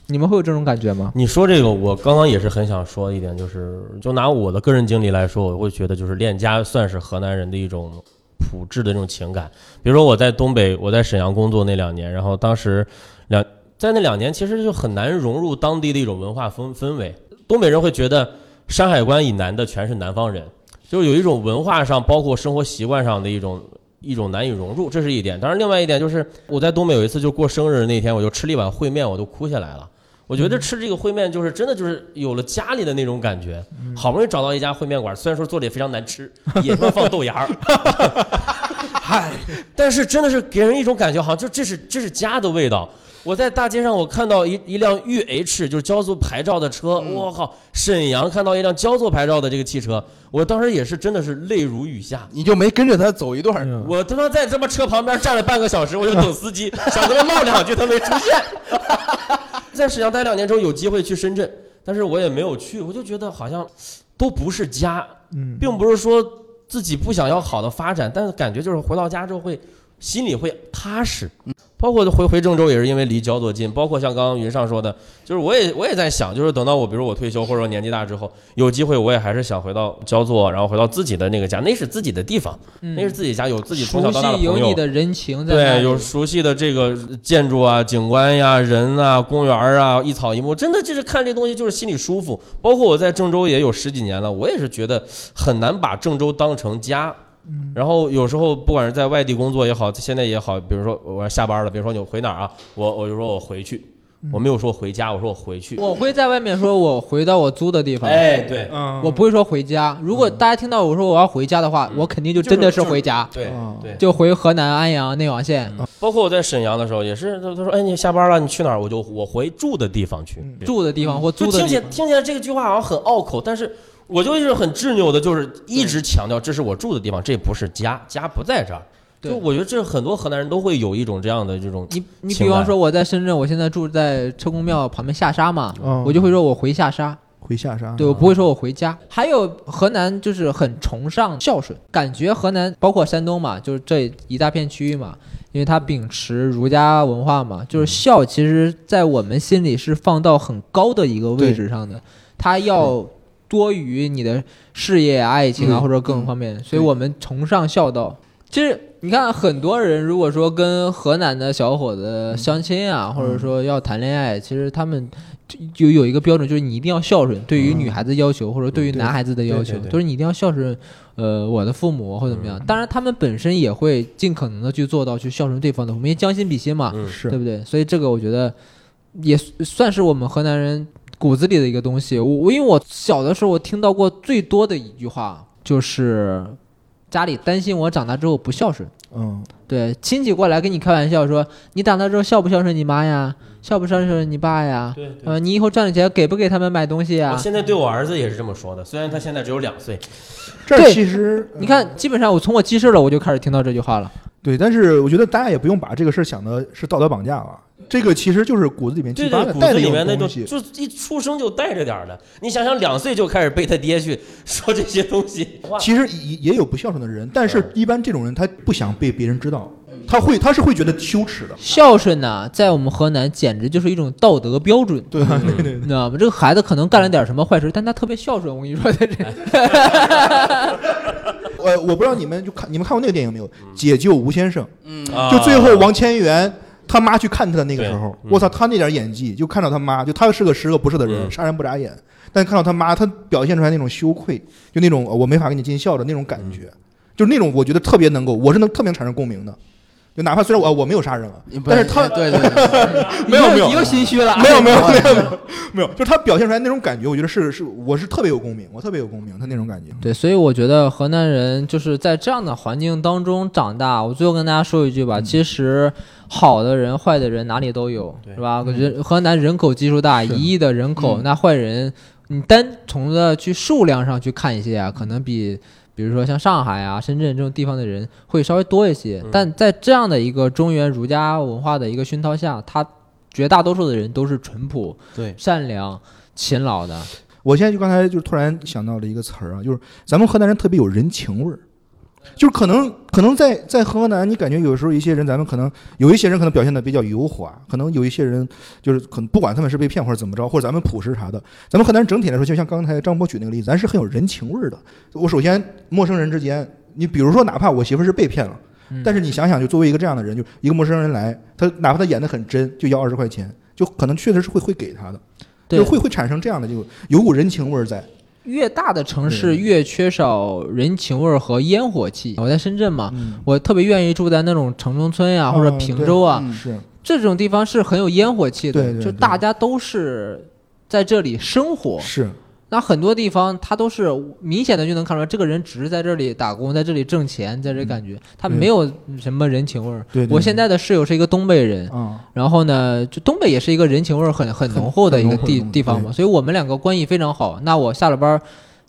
你们会有这种感觉吗？你说这个，我刚刚也是很想说一点，就是就拿我的个人经历来说，我会觉得就是恋家算是河南人的一种朴质的那种情感。比如说我在东北，我在沈阳工作那两年，然后当时两在那两年其实就很难融入当地的一种文化氛氛围。东北人会觉得山海关以南的全是南方人，就是有一种文化上包括生活习惯上的一种。一种难以融入，这是一点。当然，另外一点就是我在东北有一次就过生日那天，我就吃了一碗烩面，我都哭下来了。我觉得吃这个烩面就是真的就是有了家里的那种感觉，好不容易找到一家烩面馆，虽然说做的也非常难吃，也他妈放豆芽儿，嗨，但是真的是给人一种感觉，好像就这是这是家的味道。我在大街上，我看到一一辆豫 H，就是焦作牌照的车，我靠！沈阳看到一辆焦作牌照的这个汽车，我当时也是真的是泪如雨下。 你就没跟着他走一段儿？我他妈在他妈车旁边站了半个小时，我就等司机，想他妈唠两句，他没出现。 在沈阳待两年之后，有机会去深圳，但是我也没有去，我就觉得好像都不是家，嗯，并不是说自己不想要好的发展，但是感觉就是回到家之后会心里会踏实。包括回回郑州也是因为离焦作近，包括像刚刚云上说的，就是我也我也在想，就是等到我比如我退休或者说年纪大之后，有机会我也还是想回到焦作，然后回到自己的那个家，那是自己的地方，那是自己家，有自己从小嗯熟到大的悉朋有友，你的人情在那对，里有熟悉的这个建筑啊、景观呀、人啊、公园啊，一草一木，真的就是看这东西就是心里舒服。包括我在郑州也有十几年了，我也是觉得很难把郑州当成家。嗯然后有时候不管是在外地工作也好，现在也好，比如说我要下班了，比如说你回哪儿啊，我我就说我回去，我没有说回家，我说我回去。嗯我会在外面说，我回到我租的地方。哎，对，嗯我不会说回家。如果大家听到我说我要回家的话，我肯定就真的是回家，对对。就回河南安阳内网线包括我在沈阳的时候也是，他他说哎你下班了你去哪儿？我就我回住的地方去。对住的地方或就租的听起地来方。听起来这个句话好像很拗口，但是我就一直很执拗的，就是一直强调这是我住的地方，这不是家，家不在这儿。对就我觉得这很多河南人都会有一种这样的这种，你你情比感方说我在深圳，我现在住在车公庙旁边下沙嘛，嗯我就会说我回下沙，回下啊沙。对我不会说我回家。还有河南就是很崇尚孝顺，感觉河南包括山东嘛，就是这一大片区域嘛，因为它秉持儒家文化嘛，就是嗯孝，其实在我们心里是放到很高的一个位置上的，它要多于你的事业啊、爱情啊嗯或者各种方面，所以我们崇尚孝道。其实你看，很多人如果说跟河南的小伙子相亲啊，嗯或者说要谈恋爱，其实他们有有一个标准，就是你一定要孝顺，对于女孩子要求，或者对于男孩子的要求，嗯对对对嗯就是你一定要孝顺，呃，我的父母或者怎么样。当然，他们本身也会尽可能的去做到去孝顺对方的，我们也将心比心嘛，嗯是对不对？所以这个我觉得也算是我们河南人骨子里的一个东西。我我因为我小的时候，我听到过最多的一句话就是家里担心我长大之后不孝顺。嗯，对，亲戚过来跟你开玩笑说，你长大之后孝不孝顺你妈呀，孝不孝顺你爸呀？对对呃，你以后赚的钱给不给他们买东西啊我呀？现在对我儿子也是这么说的，虽然他现在只有两岁，这儿对其实你嗯看，基本上我从我记事了，我就开始听到这句话了。对，但是我觉得大家也不用把这个事儿想的是道德绑架吧，这个其实就是骨子里面对激发对，的骨带子的一里种面那就东西。就一出生就带着点儿的。你想想，两岁就开始被他爹去说这些东西，哇，其实也也有不孝顺的人，但是一般这种人他不想被别人知道，他会他是会觉得羞耻的。孝顺呐、在我们河南简直就是一种道德标准。对吧？ 对对你知道吗？这个孩子可能干了点什么坏事，但他特别孝顺。我跟你说，在这呃，我不知道你们就看你们看过那个电影没有，《解救吴先生》，啊就最后王千源他妈去看他的那个时候对，嗯我操，他那点演技，就看到他妈，就他是个十恶不赦的人，嗯杀人不眨眼，但看到他妈，他表现出来那种羞愧，就那种呃我没法给你尽孝的那种感觉，嗯就那种我觉得特别能够，我是能特别产生共鸣的，就哪怕虽然我我没有杀人 了，但是他对对对， 没有没有你又心虚了。啊没有没有没有没有没有，就是他表现出来那种感觉，我觉得是是我是特别有共鸣，我特别有共鸣，他那种感觉。对，所以我觉得河南人就是在这样的环境当中长大。我最后跟大家说一句吧，其实好的人、坏的人哪里都有，对是吧？我觉得河南人口基数大，是一亿的人口，那坏人你单从的去数量上去看一些啊，可能比。比如说像上海啊、深圳这种地方的人会稍微多一些，但在这样的一个中原儒家文化的一个熏陶下，他绝大多数的人都是淳朴、对善良、勤劳的。我现在就刚才就突然想到了一个词儿啊，就是咱们河南人特别有人情味儿，就是可能可能在在河南，你感觉有时候一些人，咱们可能有一些人可能表现的比较油滑，可能有一些人就是可能不管他们是被骗或者怎么着，或者咱们朴实啥的，咱们河南人整体来说，就像刚才张波举那个例子，咱是很有人情味儿的。我首先陌生人之间，你比如说哪怕我媳妇儿是被骗了。嗯但是你想想，就作为一个这样的人，就一个陌生人来，他哪怕他演的很真，就要二十块钱，就可能确实是会会给他的，对就会会产生这样的就有股人情味儿在。越大的城市对越缺少人情味儿和烟火气。我在深圳嘛，嗯我特别愿意住在那种城中村呀、啊或者平洲啊、嗯是，这种地方，是很有烟火气的。对对就对大家都是在这里生活，是，那很多地方他都是明显的就能看出来，这个人只是在这里打工，在这里挣钱，在这感觉他对没有什么人情味儿。对对我对现在的室友是一个东北人，啊，然后呢，就东北也是一个人情味儿很很浓厚的一个很浓厚地很浓地方嘛，对所以我们两个关系非常好。那我下了班儿，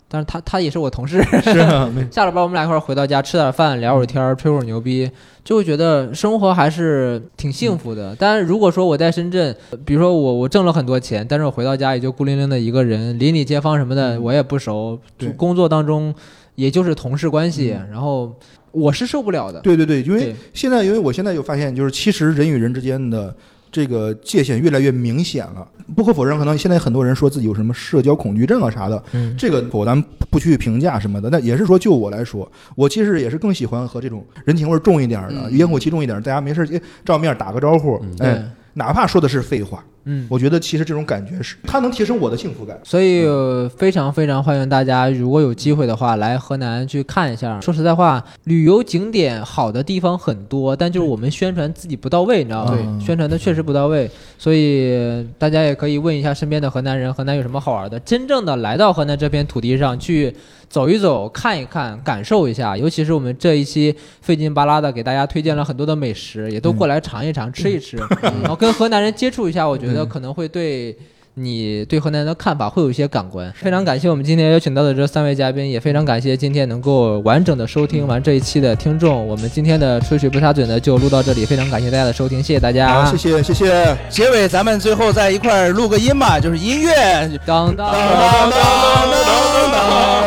但是他他 也是我同事，是啊，没下了班儿我们俩一块儿回到家吃点饭，聊会儿天儿，吹会儿牛逼，嗯就会觉得生活还是挺幸福的。但是如果说我在深圳，比如说我我挣了很多钱，但是我回到家也就孤零零的一个人，邻里街坊什么的我也不熟，嗯对嗯就工作当中也就是同事关系，然后我是受不了的。对对对，因为对现在，因为我现在就发现，就是其实人与人之间的这个界限越来越明显了。不可否认，可能现在很多人说自己有什么社交恐惧症啊啥的，嗯这个我咱们不去评价什么的。但也是说，就我来说，我其实也是更喜欢和这种人情味儿重一点儿的、嗯烟火气重一点儿，大家没事儿哎照面打个招呼，嗯对哎，，哪怕说的是废话，嗯。我觉得其实这种感觉是它能提升我的幸福感。所以、呃非常非常欢迎大家，如果有机会的话，来河南去看一下。说实在话，旅游景点好的地方很多，但就是我们宣传自己不到位，你知道吗？对嗯宣传的确实不到位。所以呃大家也可以问一下身边的河南人，河南有什么好玩的？真正的来到河南这片土地上去走一走、看一看、感受一下。尤其是我们这一期费劲巴拉的给大家推荐了很多的美食，也都过来尝一尝、吃一吃，然后跟河南人接触一下，我觉得可能会对。你对河南的看法会有一些感官。非常感谢我们今天邀请到的这三位嘉宾，也非常感谢今天能够完整的收听完这一期的听众。我们今天的吹水不插嘴呢就录到这里，非常感谢大家的收听，谢谢大家。好，谢谢谢谢。结尾咱们最后在一块儿录个音吧，就是音乐。当当当当当当当当。